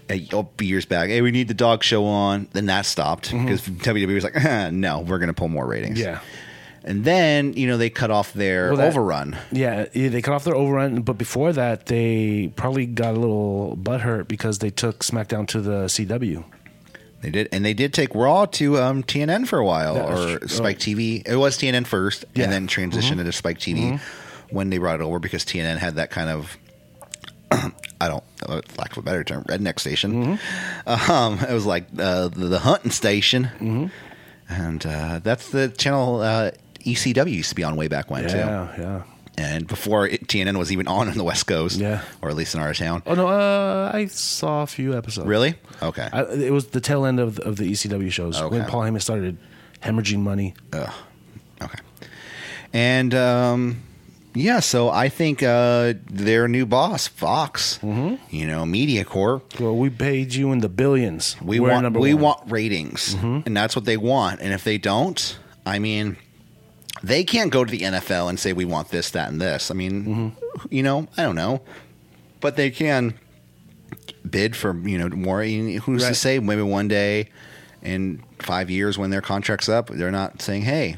S1: uh, oh, years back, hey, we need the dog show on. Then that stopped because WWE was like, no, we're going to pull more ratings.
S2: Mm-hmm. Yeah.
S1: And then, you know, they cut off their
S2: Well, that-
S1: overrun.
S2: Yeah, yeah, they cut off their overrun, but before that, they probably got a little butthurt because they took SmackDown to the CW.
S1: They did, and they did take Raw to um, TNN for a while,
S2: That was
S1: or
S2: tr-
S1: Spike TV. It was TNN first,
S2: Yeah. Mm-hmm.
S1: and then transitioned into Spike TV when they brought it over because TNN had that kind of. I don't, uh, lack of a better term, redneck station.
S2: Mm-hmm.
S1: Um, it was like uh, the, the hunting station, and uh, that's the channel uh, ECW used to be on way back when too,
S2: Yeah, yeah.
S1: and before it, TNN was even on on the West Coast,
S2: Yeah.
S1: or at least in our town.
S2: Oh no, uh, I saw a few episodes.
S1: Really? Okay.
S2: I, it was the tail end of of the ECW shows when
S1: Okay.
S2: Paul Heyman started hemorrhaging money.
S1: Okay. And um, yeah, so I think uh, their new boss, Fox, you know, Media Corp,
S2: Well, we paid you in the billions.
S1: we
S2: We're
S1: want
S2: number
S1: we
S2: one. Mm-hmm.
S1: want ratings, and that's what they want. And if they don't, I mean, they can't go to the NFL and say we want this, that, and this. I mean,
S2: Mm-hmm.
S1: you know, I don't know, but they can bid for you know more. Who's to
S2: Right.
S1: say maybe one day in five years when their contract's up, they're not saying, hey,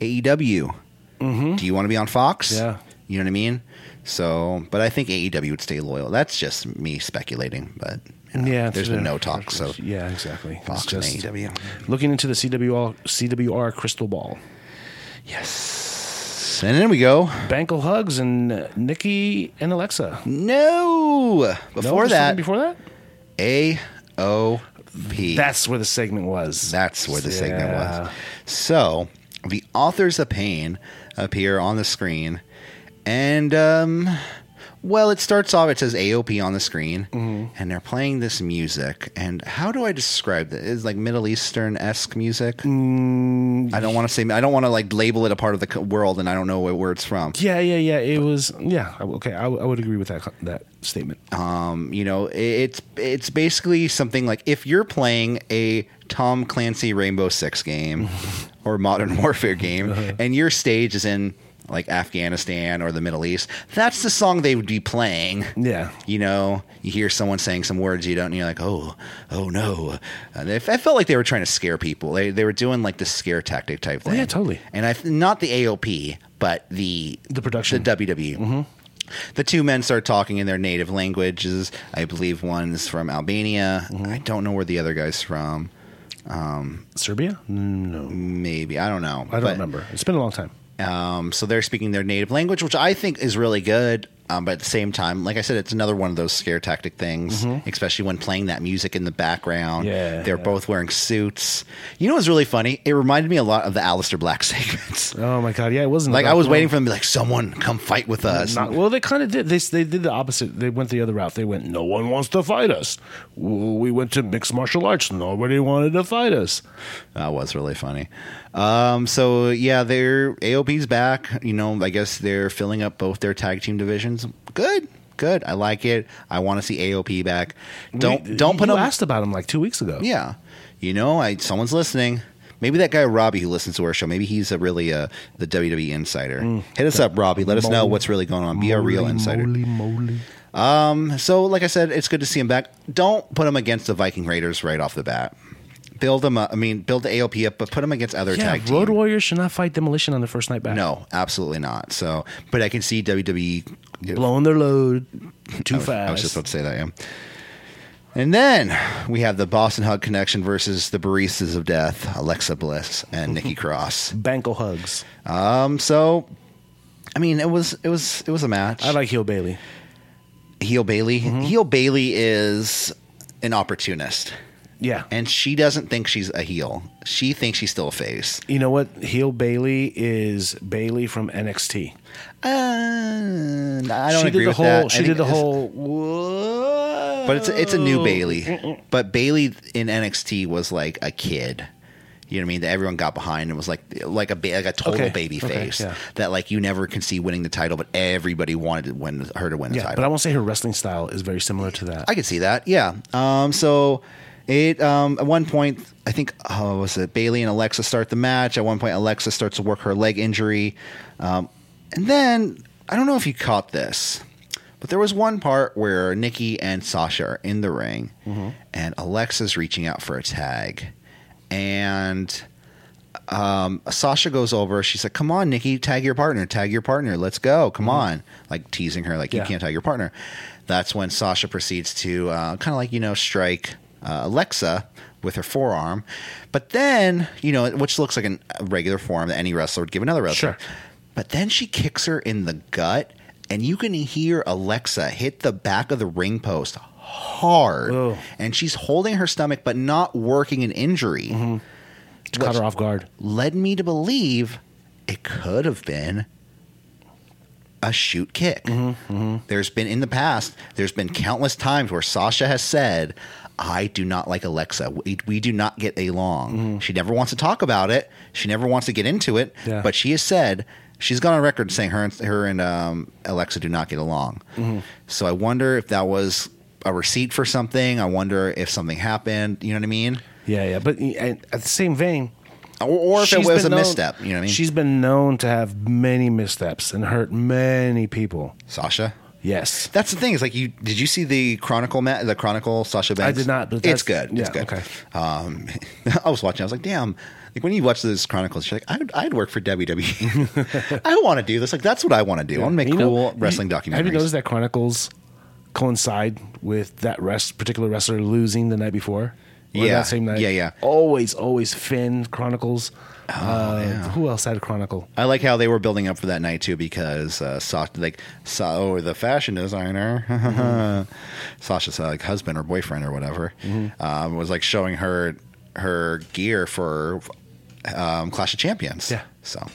S1: AEW, do you want to be on Fox?
S2: Mm-hmm. Yeah.
S1: You know what I mean? So, but I think AEW would stay loyal. That's just me speculating, but you know,
S2: Yeah,
S1: there's
S2: it's-
S1: been no talk. So
S2: yeah, exactly. It's
S1: Fox and E AEW.
S2: looking into the CWR CWR crystal ball.
S1: Yes. And then we go.
S2: Bankle hugs and uh, Nikki and Alexa. No,
S1: No. Before
S2: there's something
S1: that,
S2: before that,
S1: A O P.
S2: that's where the segment was.
S1: That's where the segment was.
S2: Yeah.
S1: So the authors of pain appear on the screen, and um, well, it starts off. It says AOP on the screen, and they're playing this music. And how do I describe it? It's like Middle Eastern esque music.
S2: Mm,
S1: I don't want to say. I don't want to like label it a part of the co- world, and I don't know where, where it's from.
S2: Yeah, yeah, yeah. It was. Yeah, I- okay. I, w- I would agree with that that statement.
S1: Um, you know, i- it's it's basically something like if you're playing a Tom Clancy Rainbow Six game or Modern Warfare game,
S2: Uh-huh.
S1: and your stage is in like Afghanistan or the Middle East, that's the song they would be playing.
S2: Yeah.
S1: You know, you hear someone saying some words you don't, and you're like, oh, oh no. And they, I felt like they were trying to scare people. They, they were doing like the scare tactic type thing.
S2: Oh, yeah, totally.
S1: And I not the AOP, but the
S2: The production.
S1: the WWE.
S2: Mm-hmm.
S1: The two men start talking in their native
S2: Mm-hmm.
S1: languages. I believe one's from Albania. I don't know where the other guy's from.
S2: Serbia? No,
S1: Maybe I don't know.
S2: I don't remember. It's been a long time.
S1: Um, so they're speaking their native language, which I think is really good. Um, but at the same time, like I said, it's another one of those scare tactic things, especially when playing that music in the background.
S2: Mm-hmm. Yeah,
S1: they're
S2: yeah.
S1: both wearing suits. You know what's really funny? It reminded me a lot of the Alistair Black segments.
S2: Oh my god, yeah, it wasn't.
S1: like
S2: about-
S1: I was
S2: well,
S1: waiting for them to be like, someone come fight with us.
S2: Uh-huh. Not, well, they kind of did. They they did the opposite. They went the other route. They went, no one wants to fight us. We went to mixed martial arts. Nobody wanted to fight us.
S1: That was really funny. Um, so yeah, they're AOP's back. You know, I guess they're filling up both their tag team divisions. Good, good. I like it. I want to see AOP back. Don't
S2: We-
S1: don't put
S2: you
S1: them.
S2: asked about him like two weeks ago.
S1: yeah, you know, I someone's listening. Maybe that guy Robbie who listens to our show. Maybe he's a really uh, the WWE insider.
S2: Mm.
S1: Hit us up, Robbie. Let us know
S2: moly-
S1: what's really going on. Be a real
S2: Moly,
S1: insider.
S2: Moly, moly.
S1: So, like I said, it's good to see him back. Don't put him against the Viking Raiders right off the bat. Build him up. I mean, build the AOP up, but put him against other
S2: Yeah,
S1: tag teams.
S2: Road Warriors should not fight Demolition on the first night back.
S1: No, absolutely not. So, but I can see WWE.
S2: blowing their load too
S1: I was,
S2: fast.
S1: I was just about to say that, yeah. And then we have the Boston Hug connection versus the Baristas of Death, Alexa Bliss and Nikki Cross.
S2: Bankle hugs.
S1: Um, so, I mean, it was it was it was a match.
S2: I like Mm-hmm. Heel Bailey.
S1: heel Bailey. Heel Bailey is an opportunist,
S2: Yeah.
S1: and she doesn't think she's a heel. She thinks she's still a face.
S2: you know what? Heel Bailey is Bailey from NXT.
S1: Uh, I don't
S2: she
S1: agree
S2: did the
S1: with
S2: whole.
S1: that. I
S2: She
S1: think
S2: did the
S1: it's-
S2: whole.
S1: But it's it's a new
S2: "Whoa." Mm,
S1: Bailey. But Bailey in NXT was like a kid. You know what I mean? That everyone got behind and was like like a ba- like a total
S2: Okay,
S1: baby
S2: okay,
S1: face
S2: yeah.
S1: that like you never can see winning the title, but everybody wanted to win her to win the
S2: Yeah, but
S1: title.
S2: I won't say her wrestling style is very similar to that.
S1: I could see that. Yeah. Um, so it um, at one point, I think oh, what was it Bailey and Alexa start the match. At one point, Alexa starts to work her leg injury, um, and then I don't know if you caught this, but there was one part where Nikki and Sasha are in the ring,
S2: Mm-hmm.
S1: and Alexa's reaching out for a tag, and. Um, Sasha goes over. She's like, "Come on, Nikki, tag your partner, tag your partner. Let's go. Come on!" Like teasing her, like
S2: Mm-hmm. Yeah.
S1: you can't tag your partner. That's when Sasha proceeds to uh, kind of like you know strike uh, Alexa with her forearm, but then you know which looks like an, a regular forearm that any wrestler would give another wrestler.
S2: Sure.
S1: But then she kicks her in the gut, and you can hear Alexa hit the back of the ring post hard,
S2: Whoa.
S1: and she's holding her stomach but not working an injury
S2: Caught her off guard.
S1: led me to believe it could have been a shoot kick.
S2: Mm-hmm,
S1: There's been in the past, there's been countless times where Sasha has said, I do not like Alexa. We, we do not get along.
S2: Mm-hmm.
S1: She never wants to talk about it. She never wants to get into it.
S2: Yeah.
S1: But she has said, she's gone on record saying her and, her and um, Alexa do not get along.
S2: Mm-hmm.
S1: So I wonder if that was a receipt for something. I wonder if something happened. You know what I mean?
S2: Yeah, yeah. But and at the same vein,
S1: Or, or if it
S2: she's
S1: was a
S2: been known-
S1: misstep. You know what I mean?
S2: She's been known to have many missteps and hurt many people.
S1: Sasha.
S2: Yes.
S1: That's the thing. Is like you did you see the Chronicle ma- the Chronicle Sasha Banks?
S2: did not, but
S1: it's
S2: that's-
S1: good. it's
S2: yeah,
S1: good.
S2: okay.
S1: Um, I was watching. I was like, damn. Like when you watch those Chronicles, you're like, I'd, I'd work for WWE. I want to do this. Like that's what I want to do. I want to make
S2: You know,
S1: cool wrestling
S2: you-
S1: documentaries.
S2: Have you noticed that Chronicles coincide with that rest, particular wrestler losing the night before? Or
S1: Yeah.
S2: That same night?
S1: Yeah, yeah. Oh,
S2: Always, always Finn Chronicles. uh, Who else had a Chronicle?
S1: I like how they were building up for that night too because uh, Sa- like Sa- oh the fashion designer Sasha's uh, like husband or boyfriend or whatever um, was like showing her her gear for um, Clash of Champions.
S2: Yeah.
S1: So.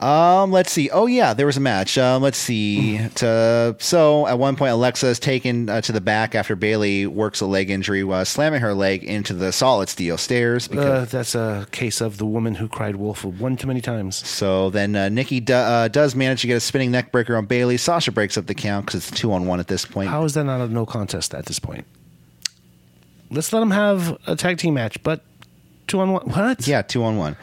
S1: Um, let's see. Oh yeah, there was a match. Um, let's see. to, so at one point, Alexa is taken uh, to the back after Bailey works a leg injury while slamming her leg into the solid steel stairs. Because
S2: Uh, that's a case of the woman who cried wolf one too many times.
S1: So then uh, Nikki do, uh, does manage to get a spinning neck breaker on Bailey. Sasha breaks up the count because it's two on one at this point.
S2: How is that not a no contest at this point? Let's let them have a tag team match, but two on one. What?
S1: yeah, two on one.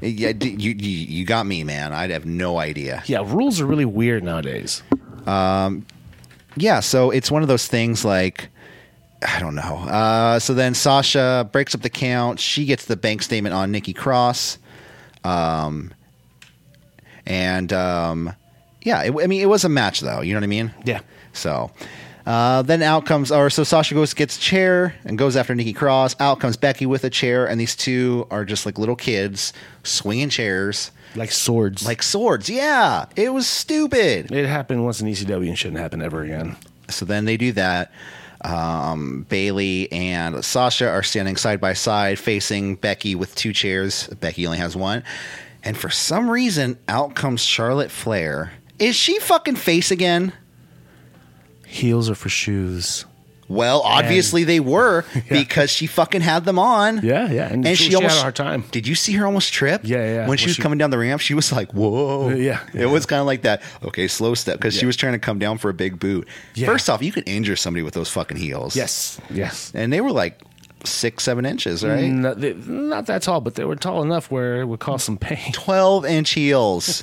S1: Yeah, d- you, you you got me, man. I'd have no idea.
S2: Yeah, rules are really weird nowadays.
S1: Yeah, so it's one of those things like I don't know. Uh, so then Sasha breaks up the count. She gets the bank statement on Nikki Cross. Um, um, and um, yeah, it, I mean it was a match though. You know what I mean?
S2: Yeah.
S1: So Uh, then out comes, or so Sasha goes gets a chair and goes after Nikki Cross. Out comes Becky with a chair, and these two are just like little kids swinging chairs
S2: Like swords.
S1: like swords. Yeah, it was stupid.
S2: it happened once in ECW and shouldn't happen ever again.
S1: So then they do that. Um, Bailey and Sasha are standing side by side, facing Becky with two chairs. Becky only has one. And for some reason, out comes Charlotte Flair. Is she fucking face again?
S2: Heels are for shoes.
S1: Well, obviously they were because she fucking had them on.
S2: Yeah, yeah, and she- she had a hard time.
S1: Did you see her almost trip?
S2: Yeah, yeah, yeah.
S1: When she
S2: Well,
S1: was
S2: she-
S1: coming down the ramp, she was like, "Whoa!"
S2: Yeah, yeah.
S1: it was kind of like that. Okay, slow step because she was trying to come down for a big boot.
S2: Yeah.
S1: First off, you could injure somebody with those fucking heels.
S2: Yes. Yes.
S1: and they were like six, seven inches, right?
S2: Not, they- not that tall, but they were tall enough where it would cause some pain.
S1: Twelve inch heels,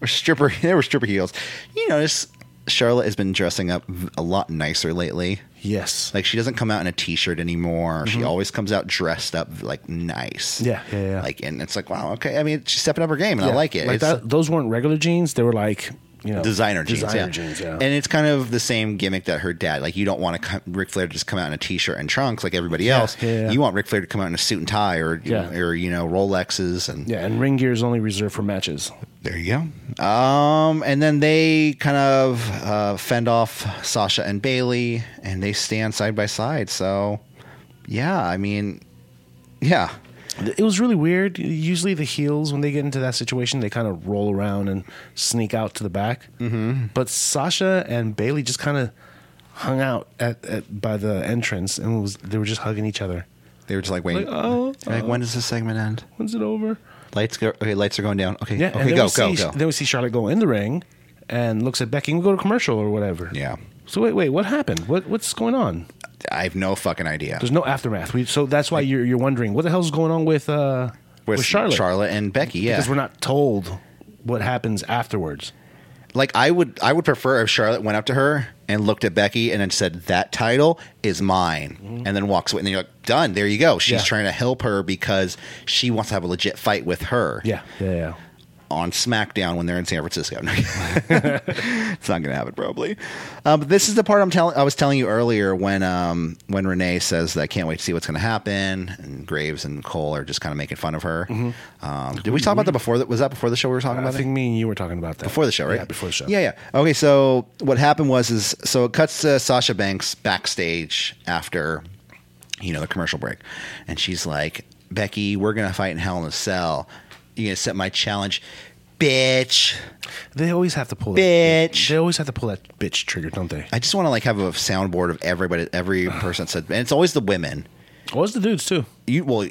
S1: or stripper. They were stripper heels. You notice Charlotte has been dressing up v- a lot nicer lately.
S2: Yes.
S1: Like she doesn't come out in a t-shirt anymore. She always comes out dressed up like nice.
S2: Mm-hmm. Yeah, yeah, yeah.
S1: Like and it's like wow, okay. I mean, she's stepping up her game, and I
S2: Yeah.
S1: like it. it's
S2: that, those weren't regular jeans. They were like, you know,
S1: designer jeans,
S2: designer
S1: yeah.
S2: jeans. Yeah.
S1: And it's kind of the same gimmick that her dad. Like you don't want to come, Ric Flair to just come out in a t-shirt and trunks like everybody else.
S2: yeah, yeah.
S1: You want Ric Flair to come out in a suit and tie or
S2: Yeah.
S1: or you know Rolexes and
S2: yeah. And ring gear is only reserved for matches.
S1: There you go. Um, and then they kind of uh, fend off Sasha and Bailey, and they stand side by side. So, yeah, I mean, yeah,
S2: It was really weird. Usually the heels, when they get into that situation, they kind of roll around and sneak out to the back. Mm-hmm. But Sasha and Bailey just kind of hung out at, at by the entrance and was they were just hugging each other.
S1: they were just like waiting.
S2: Like, oh,
S1: They're like, when does this segment end?
S2: When's it over?
S1: Lights go. Okay, lights are going down. Okay,
S2: Yeah. and
S1: okay,
S2: then
S1: go,
S2: we
S1: go,
S2: see,
S1: go.
S2: Then we see Charlotte go in the ring and looks at Becky and we go to commercial or whatever.
S1: yeah,
S2: So wait, wait, what happened? What what's going on?
S1: I have no fucking idea.
S2: There's no aftermath. We, so that's why you're you're wondering what the hell's going on with uh with, Charlotte
S1: and Becky. Yeah,
S2: because we're not told what happens afterwards.
S1: like I would I would prefer if Charlotte went up to her and looked at Becky and then said that title is mine and then walks away and then you're like done there you go she's
S2: Mm-hmm. Yeah.
S1: trying to help her because she wants to have a legit fight with her
S2: Yeah, yeah, yeah.
S1: on SmackDown when they're in San Francisco No. it's not gonna happen probably um, but this is the part I'm telling I was telling you earlier when um, when Renee says that I can't wait to see what's gonna happen and Graves and Cole are just kind of making fun of her um, did we talk about that before that was that before the show we were talking
S2: Mm-hmm. I
S1: about it?
S2: think me and you were talking about that
S1: before the show, right?
S2: Yeah, before the show.
S1: Yeah, yeah. Okay, so what happened was is so it cuts to Sasha Banks backstage after you know the commercial break, and she's like, "Becky, we're gonna fight in Hell in a Cell. You gonna accept my challenge, bitch?
S2: They always have to pull
S1: Bitch.
S2: That, they always have to pull that bitch trigger, don't they?
S1: I just want to like have a soundboard of everybody, every person that said, and it's always the women.
S2: Or it's the dudes too.
S1: You well,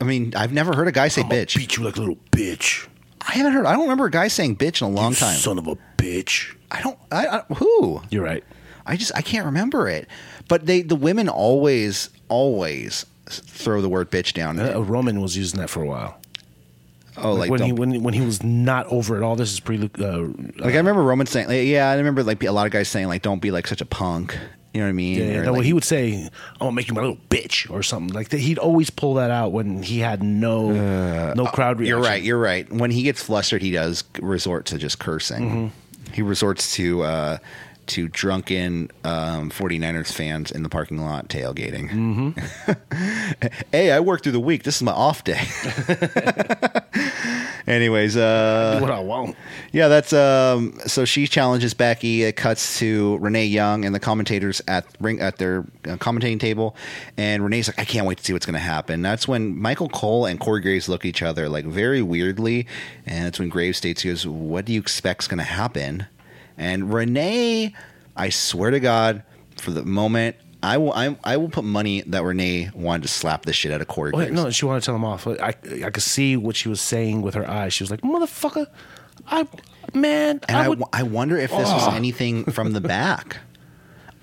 S1: I mean, I've never heard a guy say
S3: I'll
S1: bitch.
S3: Beat you like a little bitch.
S1: I haven't heard. I don't remember a guy saying bitch in a long time.
S3: Son of a bitch.
S1: I don't. I, I who.
S2: You're right.
S1: I just I can't remember it. But they the women always always s- throw the word bitch down.
S2: Uh, Roman was using that for a while.
S1: oh, like
S2: when he
S1: don't-
S2: when when he was not over at all. This is pre. Uh,
S1: like I remember Roman saying, like, yeah, I remember like a lot of guys saying like, don't be like such a punk. You know what I mean?
S2: Yeah, yeah,
S1: Or,
S2: no,
S1: like,
S2: he would say, "I'll make you my little bitch" or something like that. He'd always pull that out when he had no no crowd reaction.
S1: you're right. You're right. When he gets flustered, he does resort to just cursing.
S2: Mm-hmm.
S1: He resorts to uh, to drunken um, 49ers fans in the parking lot tailgating.
S2: Mm-hmm.
S1: hey, I worked through the week. This is my off day. Anyways, uh,
S2: Do what I want.
S1: Yeah, that's um. So she challenges Becky. It cuts to Renee Young and the commentators at ring at their uh, commentating table, and Renee's like, "I can't wait to see what's going to happen." That's when Michael Cole and Corey Graves look at each other like very weirdly, and it's when Graves states, "He goes, what do you expect's going to happen?" And Renee, I swear to God, for the moment, I will I, I will put money that Renee wanted to slap the shit out of Corey
S2: Oh, Wait,
S1: Graves.
S2: no, she wanted to tell him off. I I could see what she was saying with her eyes. She was like, "Motherfucker, I man,
S1: And I,
S2: I would."
S1: wo- I wonder if this was
S2: Ugh.
S1: anything from the back.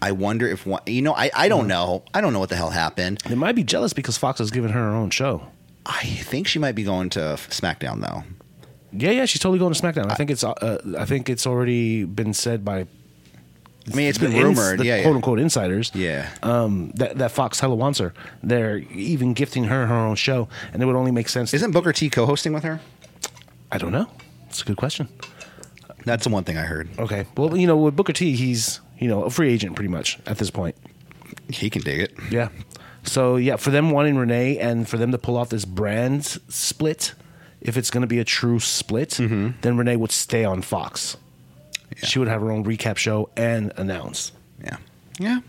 S1: I wonder if one, you know, I, I
S2: Mm.
S1: don't know. I don't know what the hell happened.
S2: they might be jealous because Fox is giving her her own show.
S1: I think she might be going to SmackDown though.
S2: Yeah, yeah, she's totally going to SmackDown. I think it's uh, I think it's already been said by
S1: I mean, it's been
S2: the ins-
S1: rumored.
S2: the
S1: yeah, yeah.
S2: quote unquote insiders.
S1: Yeah.
S2: um, that that Fox hella wants her. They're even gifting her her own show, and it would only make sense.
S1: Isn't Booker T co-hosting with her?
S2: I don't know. It's a good question.
S1: That's the one thing I heard.
S2: Okay. Well, you know, with Booker T, he's you know, a free agent pretty much at this point.
S1: He can dig it.
S2: Yeah. So yeah, for them wanting Renee and for them to pull off this brand s- split, if it's going to be a true split,
S1: Mm-hmm.
S2: then Renee would stay on Fox. She would have her own recap show and announce.
S1: Yeah. Yeah.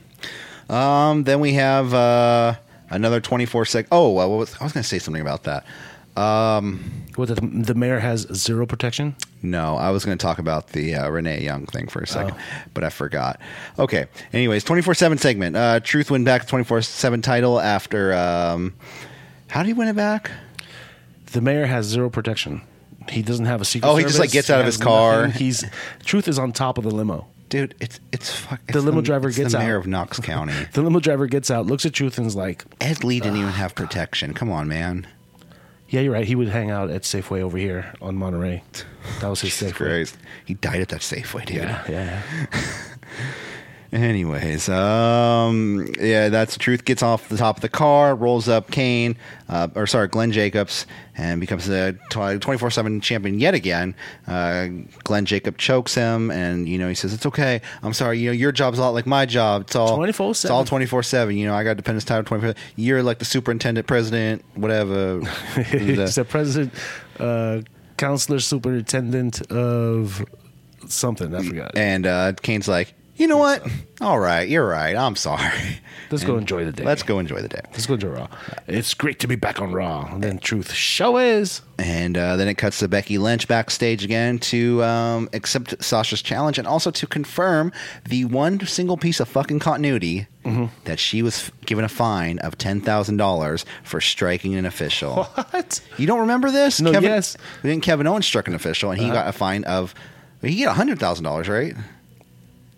S1: Um, then we have uh, another 24 sec. Oh, uh, what was, I was going to say something about that.
S2: What the, the mayor has zero protection.
S1: No, I was going to talk about the uh, Renee Young thing
S2: Oh.
S1: for a second, but I forgot. Okay. Anyways, 24 7 segment. Uh, Truth win back the 24 7 title after. Um, how did he win it back?
S2: The mayor has zero protection. He doesn't have a secret.
S1: Oh, he just, like,
S2: service.
S1: gets out of
S2: has
S1: his car.
S2: nothing. He's truth is on top of the limo.
S1: Dude, it's it's fuck. It's
S2: limo driver
S1: it's
S2: gets
S1: the mayor
S2: out.
S1: of Knox County.
S2: The limo driver gets out, looks at truth, and is like,
S1: Ed Lee didn't even have protection. Come on, man.
S2: "Yeah, you're right. He would hang out at Safeway over here on Monterey. That was his
S1: Jesus
S2: Safeway.
S1: Christ. He died at that Safeway, dude.
S2: Yeah, yeah, yeah.
S1: Anyways, um, yeah, that's truth. Gets off the top of the car, rolls up Kane, uh, or sorry, Glenn Jacobs, and becomes the twenty four seven champion yet again. Uh, Glenn Jacob chokes him, and you know he says, "It's okay. I'm sorry. You know your job's a lot like my job. It's all
S2: 24/7.
S1: It's all twenty four seven. You know I got dependence time twenty four. You're like the superintendent, president, whatever.
S2: He's
S1: The-
S2: the president, uh, counselor, superintendent of something. I forgot.
S1: and uh, Kane's like, you know what? All right, you're right. I'm sorry.
S2: uh, Let's go enjoy the day.
S1: Let's go enjoy the day.
S2: Let's go to Raw. It's great to be back on Raw. And then truth show is.
S1: And uh, then it cuts to Becky Lynch backstage again to um, accept Sasha's challenge and also to confirm the one single piece of fucking continuity
S2: Mm-hmm.
S1: that she was f- given a fine of $10,000 for striking an official.
S2: What?
S1: You don't remember this?
S2: No,
S1: Kevin,
S2: yes. Uh-huh.
S1: Then Kevin Owens struck an official and he got a fine of, he got $100,000, right?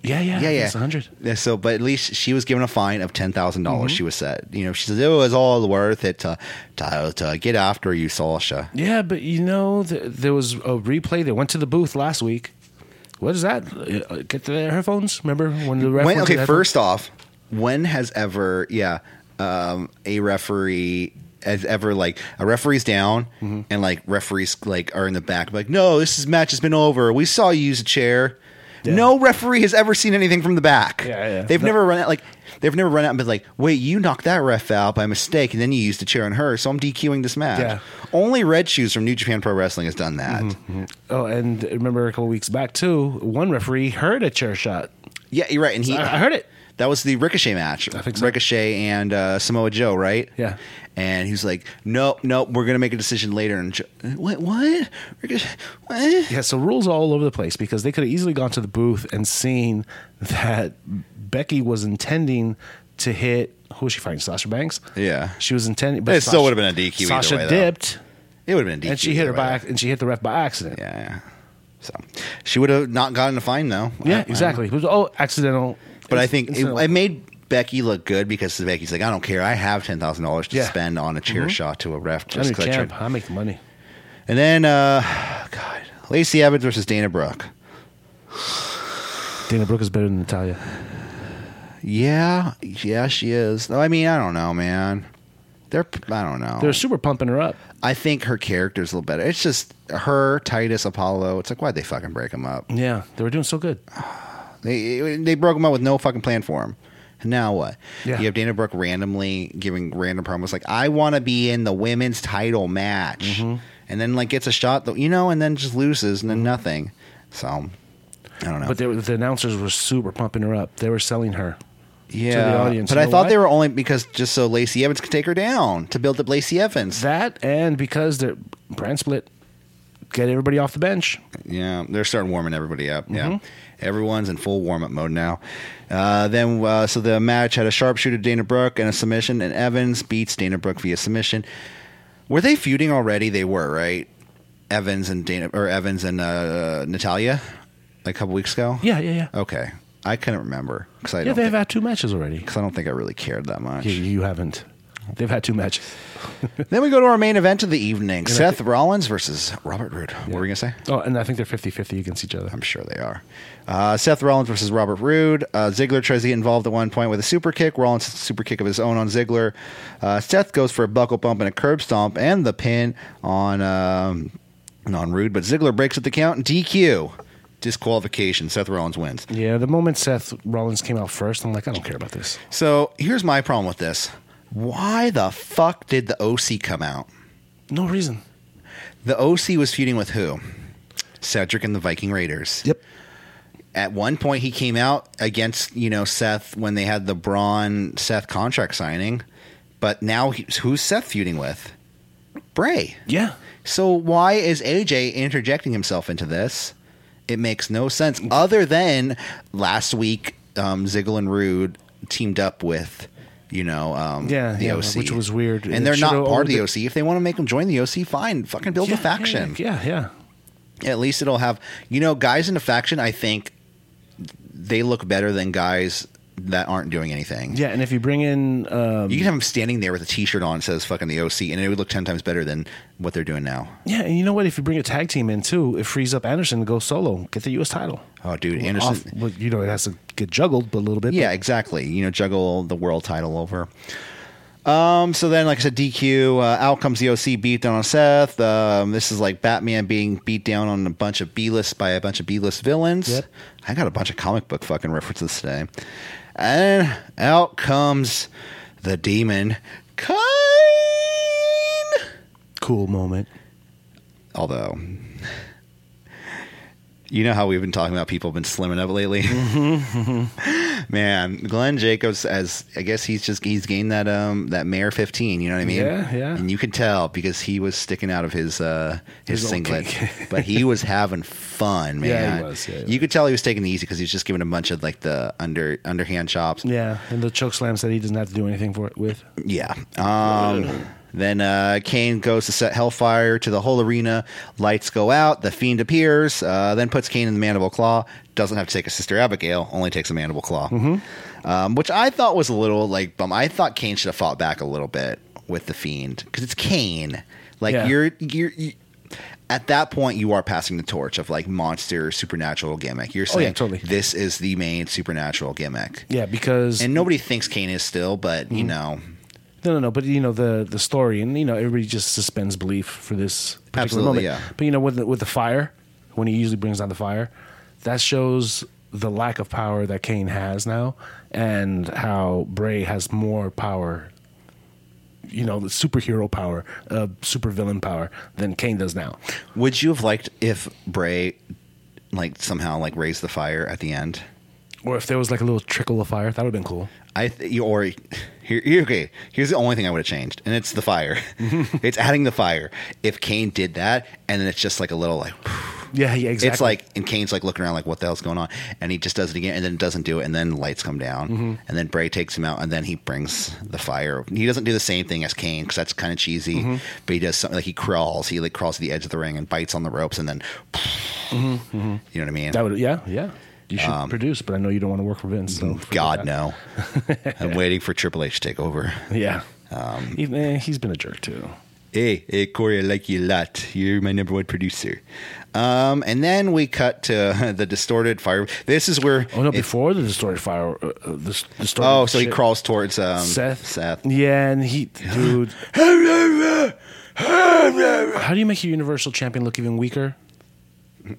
S2: Yeah, yeah,
S1: yeah, yeah,
S2: It's hundred. Mm-hmm.
S1: Yeah, so, but at least she was given a fine of ten dollars. She was set. You know, she says it was all worth it to to, to get after you, Sasha.
S2: Yeah, but you know, th- there was a replay. They went to the booth last week. What is that? Uh, Get the headphones. Remember when the ref
S1: When,
S2: went to the
S1: okay,
S2: headphones?
S1: first off, when has ever yeah um, a referee has ever like a referee's down
S2: Mm-hmm.
S1: and like referees like are in the back like no this is, match has been over we saw you use a chair. No referee has ever seen anything from the back.
S2: Yeah, yeah.
S1: They've
S2: No.
S1: never run out like they've never run out and been like, "Wait, you knocked that ref out by mistake, and then you used a chair on her, so I'm DQing this match."
S2: Yeah.
S1: Only Red Shoes from New Japan Pro Wrestling has done that.
S2: Oh, and remember a couple weeks back too. One referee heard a chair shot.
S1: Yeah, you're right. And he,
S2: I- I heard it.
S1: That was the Ricochet match. I
S2: think so.
S1: Ricochet and uh, Samoa Joe, right?
S2: Yeah.
S1: And he was like, "Nope, nope, we're gonna make a decision later." And Joe, what? What? Ricochet? What?
S2: Yeah, so rules all over the place because they could have easily gone to the booth and seen that Becky was intending to hit who was she fighting? Sasha Banks.
S1: Yeah.
S2: she was intending.
S1: It still would've been a DQ either
S2: Sasha
S1: way, though.
S2: dipped,
S1: It would have been. A DQ
S2: and she hit
S1: either
S2: her
S1: way.
S2: by ac- and she hit the ref by accident.
S1: Yeah, yeah. So she would have not gotten a fine though. I- I
S2: Yeah,
S1: don't
S2: exactly. It was, oh, accidental.
S1: But I
S2: It's-
S1: think
S2: it's
S1: it,
S2: not-
S1: it made Becky look good because Becky's like, I don't care. I have ten thousand dollars to
S2: Yeah. Mm-hmm.
S1: spend on a chair shot to a ref.
S2: I'm
S1: Just
S2: your
S1: 'cause I tried-
S2: champ. I make the money.
S1: And then, uh, God, Lacey Evans versus Dana Brooke.
S2: Dana Brooke is better than Natalia.
S1: Yeah, yeah, she is. No, I mean, I don't know, man. They're, I don't know.
S2: They're super pumping her up.
S1: I think her character's a little better. It's just her, Titus, Apollo. It's like why'd they fucking break them up?
S2: Yeah, they were doing so good.
S1: They they broke them up with no fucking plan for them. Now what?
S2: Yeah.
S1: You have Dana Brooke randomly giving random promos like, "I want to be in the women's title match,"
S2: Mm-hmm.
S1: and then like gets a shot, you know, and then just loses and then nothing. So I don't know.
S2: But they were, the announcers were super pumping her up. They were selling her.
S1: yeah,
S2: audience.
S1: But
S2: You
S1: I
S2: know
S1: thought
S2: why?
S1: they were only because just so Lacey Evans could take her down to build up Lacey Evans.
S2: That and because they're brand split, get everybody off the bench.
S1: Yeah, they're starting warming everybody up. Yeah,
S2: Mm-hmm.
S1: everyone's in full warm up mode now. Uh, then, uh, so the match had a sharpshooter Dana Brooke and a submission, and Evans beats Dana Brooke via submission. Were they feuding already? They were right. Evans and Dana, or Evans and uh, Natalia, like a couple weeks ago.
S2: Yeah, yeah, yeah.
S1: Okay, I couldn't remember because I
S2: yeah,
S1: don't.
S2: they've
S1: Think,
S2: had two matches already.
S1: 'cause I don't think I really cared that much.
S2: Yeah, you haven't. They've had two matches.
S1: Then we go to our main event of the evening: Seth Rollins versus Robert Roode. What were we gonna say?
S2: Oh, and I think they're 50 50 against each other.
S1: I'm sure they are. Uh, Seth Rollins versus Robert Roode. Uh, Ziggler tries to get involved at one point with a super kick. Rollins hits a super kick of his own on Ziggler. Uh, Seth goes for a buckle bump and a curb stomp and the pin on um, on Roode, but Ziggler breaks up the count and DQ. disqualification. Seth Rollins wins.
S2: Yeah, the moment Seth Rollins came out first, I'm like, I don't care about this.
S1: So here's my problem with this. Why the fuck did the OC come out?
S2: No reason.
S1: The OC was feuding with who? Cedric and the Viking Raiders.
S2: Yep.
S1: At one point, he came out against you know Seth when they had the Braun Seth contract signing, but now he, who's Seth feuding with? Bray.
S2: Yeah.
S1: So why is AJ interjecting himself into this? It makes no sense. Other than last week, um, Ziggler and Rude teamed up with, you know, um,
S2: Yeah,
S1: the
S2: yeah,
S1: OC,
S2: which was weird. It
S1: And they're
S2: should've
S1: not part of the
S2: only-
S1: OC. If they want to make them join the OC, fine. Fucking build
S2: yeah,
S1: a faction.
S2: Yeah, yeah.
S1: At least it'll have, you know, guys in a faction. I think they look better than guys that aren't doing anything.
S2: Yeah, and if you bring in um,
S1: You can have them standing there with a T-shirt on that says "fucking the OC," and it would look ten times better than what they're doing now.
S2: Yeah, and you know what? If you bring a tag team in too, it frees up Anderson to go solo, get the U.S. title.
S1: Oh, dude, Anderson.
S2: Off- well, you know, it has to get juggled but a little bit.
S1: Yeah, exactly. You know, juggle the world title over. Um, so then, like I said, DQ, uh, out comes the OC beat down on Seth. Um, this is like Batman being beat down on a bunch of B list by a bunch of B list villains.
S2: Yep.
S1: I got a bunch of comic book fucking references today. And out comes the demon, Kane.
S2: Cool moment.
S1: Although, you know how we've been talking about people have been slimming up lately.
S2: Mm-hmm.
S1: Man, Glenn Jacobs, as I guess he's just he's gained that um that mayor fifteen. You know what I mean?
S2: Yeah, yeah.
S1: And you could tell because he was sticking out of his uh his,
S2: His old
S1: singlet,
S2: cake.
S1: but he was having fun, man.
S2: Yeah, he was, yeah, he
S1: you could tell he was taking it easy because he was just giving a bunch of like the under underhand chops.
S2: Yeah, and the choke slam said he doesn't have to do anything for it with.
S1: Yeah. Um, then uh, Kane goes to set Hellfire to the whole arena. Lights go out. The Fiend appears, uh, then puts Kane in the Mandible Claw. Doesn't have to take a Sister Abigail, only takes a Mandible Claw.
S2: Mm-hmm.
S1: Um, which I thought was a little like bum. I thought Kane should have fought back a little bit with the Fiend because it's Kane. Like
S2: Yeah.
S1: you're you're. You, at that point, you are passing the torch of like monster supernatural gimmick. You're
S2: Oh, yeah,
S1: saying
S2: totally.
S1: this is the main supernatural gimmick,
S2: Yeah, because
S1: and nobody thinks Kane is still, but
S2: Mm-hmm.
S1: you know,
S2: no, no, no. But you know the the story, and you know everybody just suspends belief for this particular
S1: Absolutely,
S2: moment.
S1: yeah.
S2: But you know with the, with the fire, when he usually brings down the fire, that shows the lack of power that Kane has now, and how Bray has more power. You know, the superhero power, uh, supervillain power than Kane does now.
S1: Would you have liked if Bray, like somehow, like raised the fire at the end?
S2: Or if there was like a little trickle of fire, that would have been cool.
S1: I th- you- or here, here- okay. Here's the only thing I would have changed, and it's the fire. it's adding the fire. If Kane did that, and then it's just like a little like
S2: Yeah, yeah, exactly.
S1: it's like, and Kane's like looking around like, what the hell's going on? And he just does it again, and then doesn't do it, and then lights come down,
S2: Mm-hmm.
S1: and then Bray takes him out, and then he brings the fire. He doesn't do the same thing as Kane because that's kind of cheesy,
S2: Mm-hmm.
S1: but he does something like he crawls, he like crawls to the edge of the ring and bites on the ropes, and then you know what I mean?
S2: Mm-hmm. that would yeah, yeah. You should produce, but I know you don't want to work for Vince. So
S1: Um,
S2: forget
S1: Oh, God
S2: that.
S1: no. I'm waiting for Triple H to take over.
S2: Yeah.
S1: Um,
S2: Even, eh, he's been a jerk too.
S1: Hey, hey Corey, I like you a lot. You're my number one producer. Um, and then we cut to the distorted fire. This is where
S2: Oh no!
S1: it-
S2: Before the distorted fire, uh, uh, the, s- the story.
S1: oh, so he
S2: shit.
S1: crawls towards um,
S2: Seth.
S1: Seth.
S2: Yeah, and he, dude. how do you make your Universal Champion look even weaker?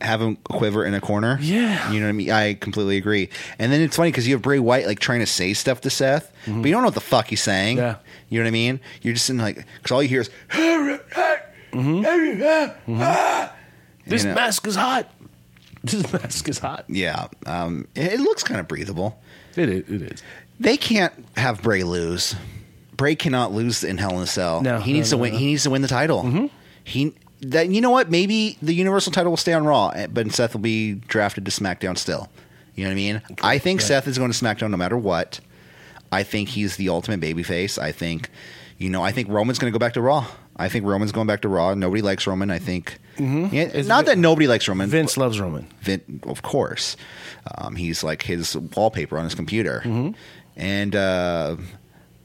S1: Have him quiver in a corner.
S2: Yeah.
S1: you know what I mean. I completely agree. And then it's funny because you have Bray White like trying to say stuff to Seth, but you don't know what the fuck he's saying.
S2: Mm-hmm. Yeah.
S1: you know what I mean. You're just in like because all you hear is
S2: Mm-hmm. This
S1: know.
S2: mask is hot. This mask is hot.
S1: yeah. Um, it- it looks kind of breathable.
S2: It is. It is.
S1: They can't have Bray lose. Bray cannot lose in Hell in a Cell.
S2: No,
S1: he
S2: no,
S1: needs
S2: no,
S1: to win.
S2: no. Mm-hmm.
S1: He needs to win the title. He that you know what? Maybe the Universal title will stay on Raw, but Seth will be drafted to SmackDown still. You know what I mean? I think
S2: right.
S1: Seth is going to SmackDown no matter what. I think he's the ultimate babyface. I think, you know, I think Roman's going to go back to Raw. I think Roman's going back to Raw. Nobody likes Roman. I think. Yeah, not that nobody likes Roman.
S2: Mm-hmm. Vince loves Roman.
S1: Vin, of course. Um, he's like his wallpaper on his computer, and uh,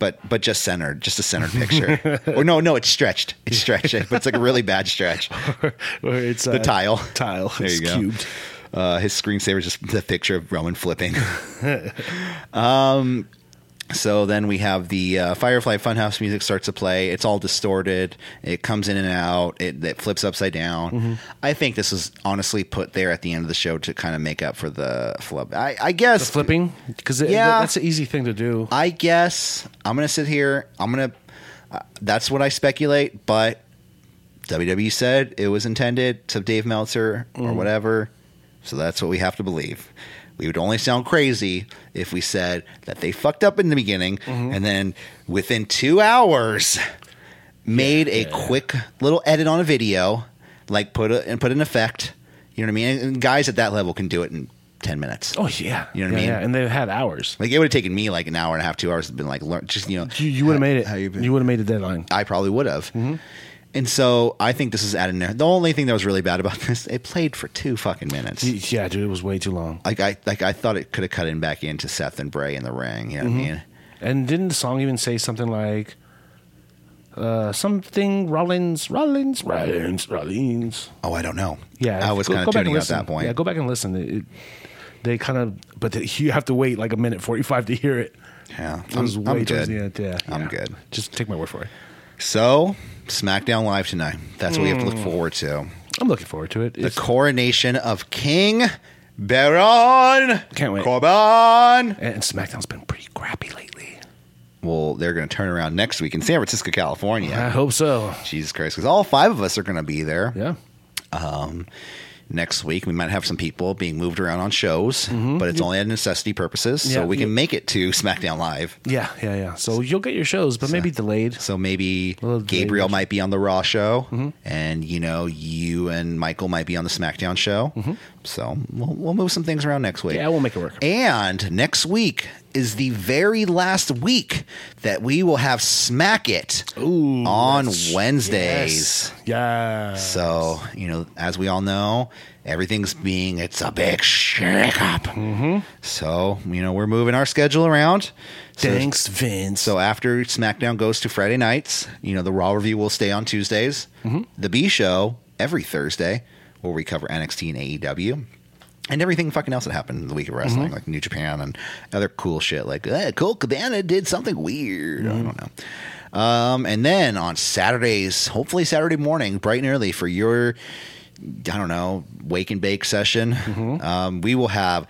S1: but but just centered, just a centered picture. or no, no, it's stretched. It's stretched, but it's like a really bad stretch.
S2: Or it's
S1: The
S2: uh,
S1: tile,
S2: Tile.
S1: There
S2: it's
S1: you go.
S2: cubed.
S1: Uh, his screensaver is just the picture of Roman flipping. um, So then we have the uh, Firefly Funhouse music starts to play. It's all distorted. It comes in and out. It, it flips upside down.
S2: Mm-hmm.
S1: I think this was honestly put there at the end of the show to kind of make up for the flub. I, I guess
S2: The flipping because
S1: Yeah.
S2: that's an easy thing to do.
S1: I guess I'm gonna sit here. I'm gonna. Uh, that's what I speculate, but WWE said it was intended to Dave Meltzer or whatever, so that's what we have to believe. We would only sound crazy if we said that they fucked up in the beginning and then within two hours made a quick little edit on a video, like put a, and put an effect. You know what I mean? And guys at that level can do it in ten minutes.
S2: Oh yeah,
S1: You know what I
S2: Yeah,
S1: mean?
S2: Yeah, and they've had hours.
S1: Like it would have taken me like an hour and a half, two hours. to Been like learn, just you know,
S2: You, you would have made it.
S1: how you
S2: you
S1: been?
S2: would have made a deadline.
S1: I probably would have.
S2: Mm-hmm.
S1: And so I think this is added in there. The only thing that was really bad about this, it played for two fucking minutes.
S2: Y- Yeah, dude, it was way too long.
S1: Like I like I thought it could have cut in back into Seth and Bray in the ring. You know
S2: Mm-hmm.
S1: what I mean?
S2: And didn't the song even say something like uh, something Rollins, Rollins, Rollins, Rollins?
S1: Oh, I don't know.
S2: Yeah,
S1: I was
S2: go-
S1: kind
S2: go
S1: of
S2: back and
S1: tuning out at
S2: listen.
S1: that point.
S2: Yeah, go back and listen. It, it- they kind of, but the, you have to wait like a minute forty-five to hear it.
S1: Yeah,
S2: It was
S1: I'm-
S2: way
S1: I'm
S2: towards
S1: good.
S2: the end. Yeah,
S1: I'm
S2: yeah.
S1: good.
S2: Just take my word for it.
S1: So SmackDown Live tonight. That's what we have to look forward to.
S2: I'm looking forward to it.
S1: The
S2: Mm. It's-
S1: coronation of King Baron
S2: Can't wait.
S1: Corbin.
S2: and SmackDown's been pretty crappy lately.
S1: Well, they're going to turn around next week in San Francisco, California.
S2: I hope so.
S1: Jesus Christ, because all five of us are going to be there.
S2: Yeah.
S1: Um, next week, we might have some people being moved around on shows, but it's only at necessity purposes, so
S2: Mm-hmm. Yeah.
S1: we can make it to SmackDown Live.
S2: Yeah, yeah, yeah. So you'll get your shows, but maybe delayed.
S1: So maybe
S2: Well,
S1: Gabriel
S2: they-
S1: might be on the Raw show,
S2: Mm-hmm.
S1: and you know, you and Michael might be on the SmackDown show. So we'll, we'll move some things around next week.
S2: Mm-hmm. Yeah, we'll make it work.
S1: And next week is the very last week that we will have Smack It on Wednesdays.
S2: Yeah.
S1: So, you know, as we all know, everything's being, it's a big shakeup. Mm-hmm. So, you know, we're moving our schedule around. So,
S2: Thanks, Vince.
S1: So after SmackDown goes to Friday nights, you know, the Raw review will stay on Tuesdays. The B show every Thursday, where we cover NXT and AEW. And everything fucking else that happened in the week of wrestling, like New Japan and other cool shit, like hey, Cole Cabana did something weird. I don't know. Um, and then on Saturdays, hopefully Saturday morning, bright and early for your, I don't know, wake and bake session, um, we will have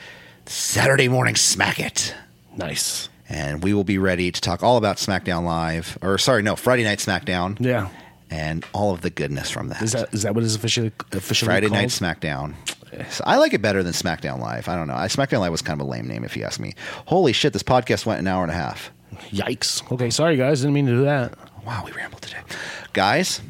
S1: Saturday morning Smack It.
S2: nice.
S1: And we will be ready to talk all about SmackDown Live, or sorry, no, Friday Night SmackDown.
S2: Yeah.
S1: And all of the goodness from that.
S2: Is that is that what is officially officially
S1: Friday
S2: called?
S1: Night SmackDown? So I like it better than SmackDown Live. I don't know. I, SmackDown Live was kind of a lame name, if you ask me. Holy shit, this podcast went an hour and a half.
S2: Yikes. Okay, sorry guys, didn't mean to do that.
S1: Wow, we rambled today. Guys,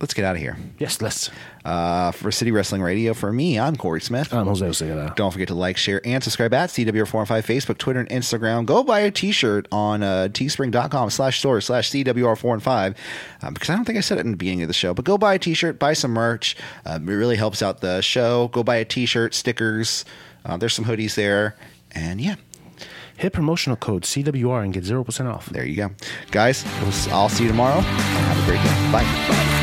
S1: let's get out of here.
S2: Yes, let's.
S1: Uh, for City Wrestling Radio, for me, I'm Corey Smith.
S2: Um, Jose was saying that.
S1: Don't forget to like, share, and subscribe at CWR415 Facebook, Twitter, and Instagram. Go buy a t-shirt on uh, teespring.com slash store slash CWR415 um, because I don't think I said it in the beginning of the show, but go buy a t-shirt, buy some merch. Um, it really helps out the show. Go buy a t-shirt, stickers. Uh, there's some hoodies there. And yeah,
S2: Hit promotional code CWR and get zero percent off.
S1: there you go. Guys, we'll- I'll see you tomorrow. Have a great day. Bye.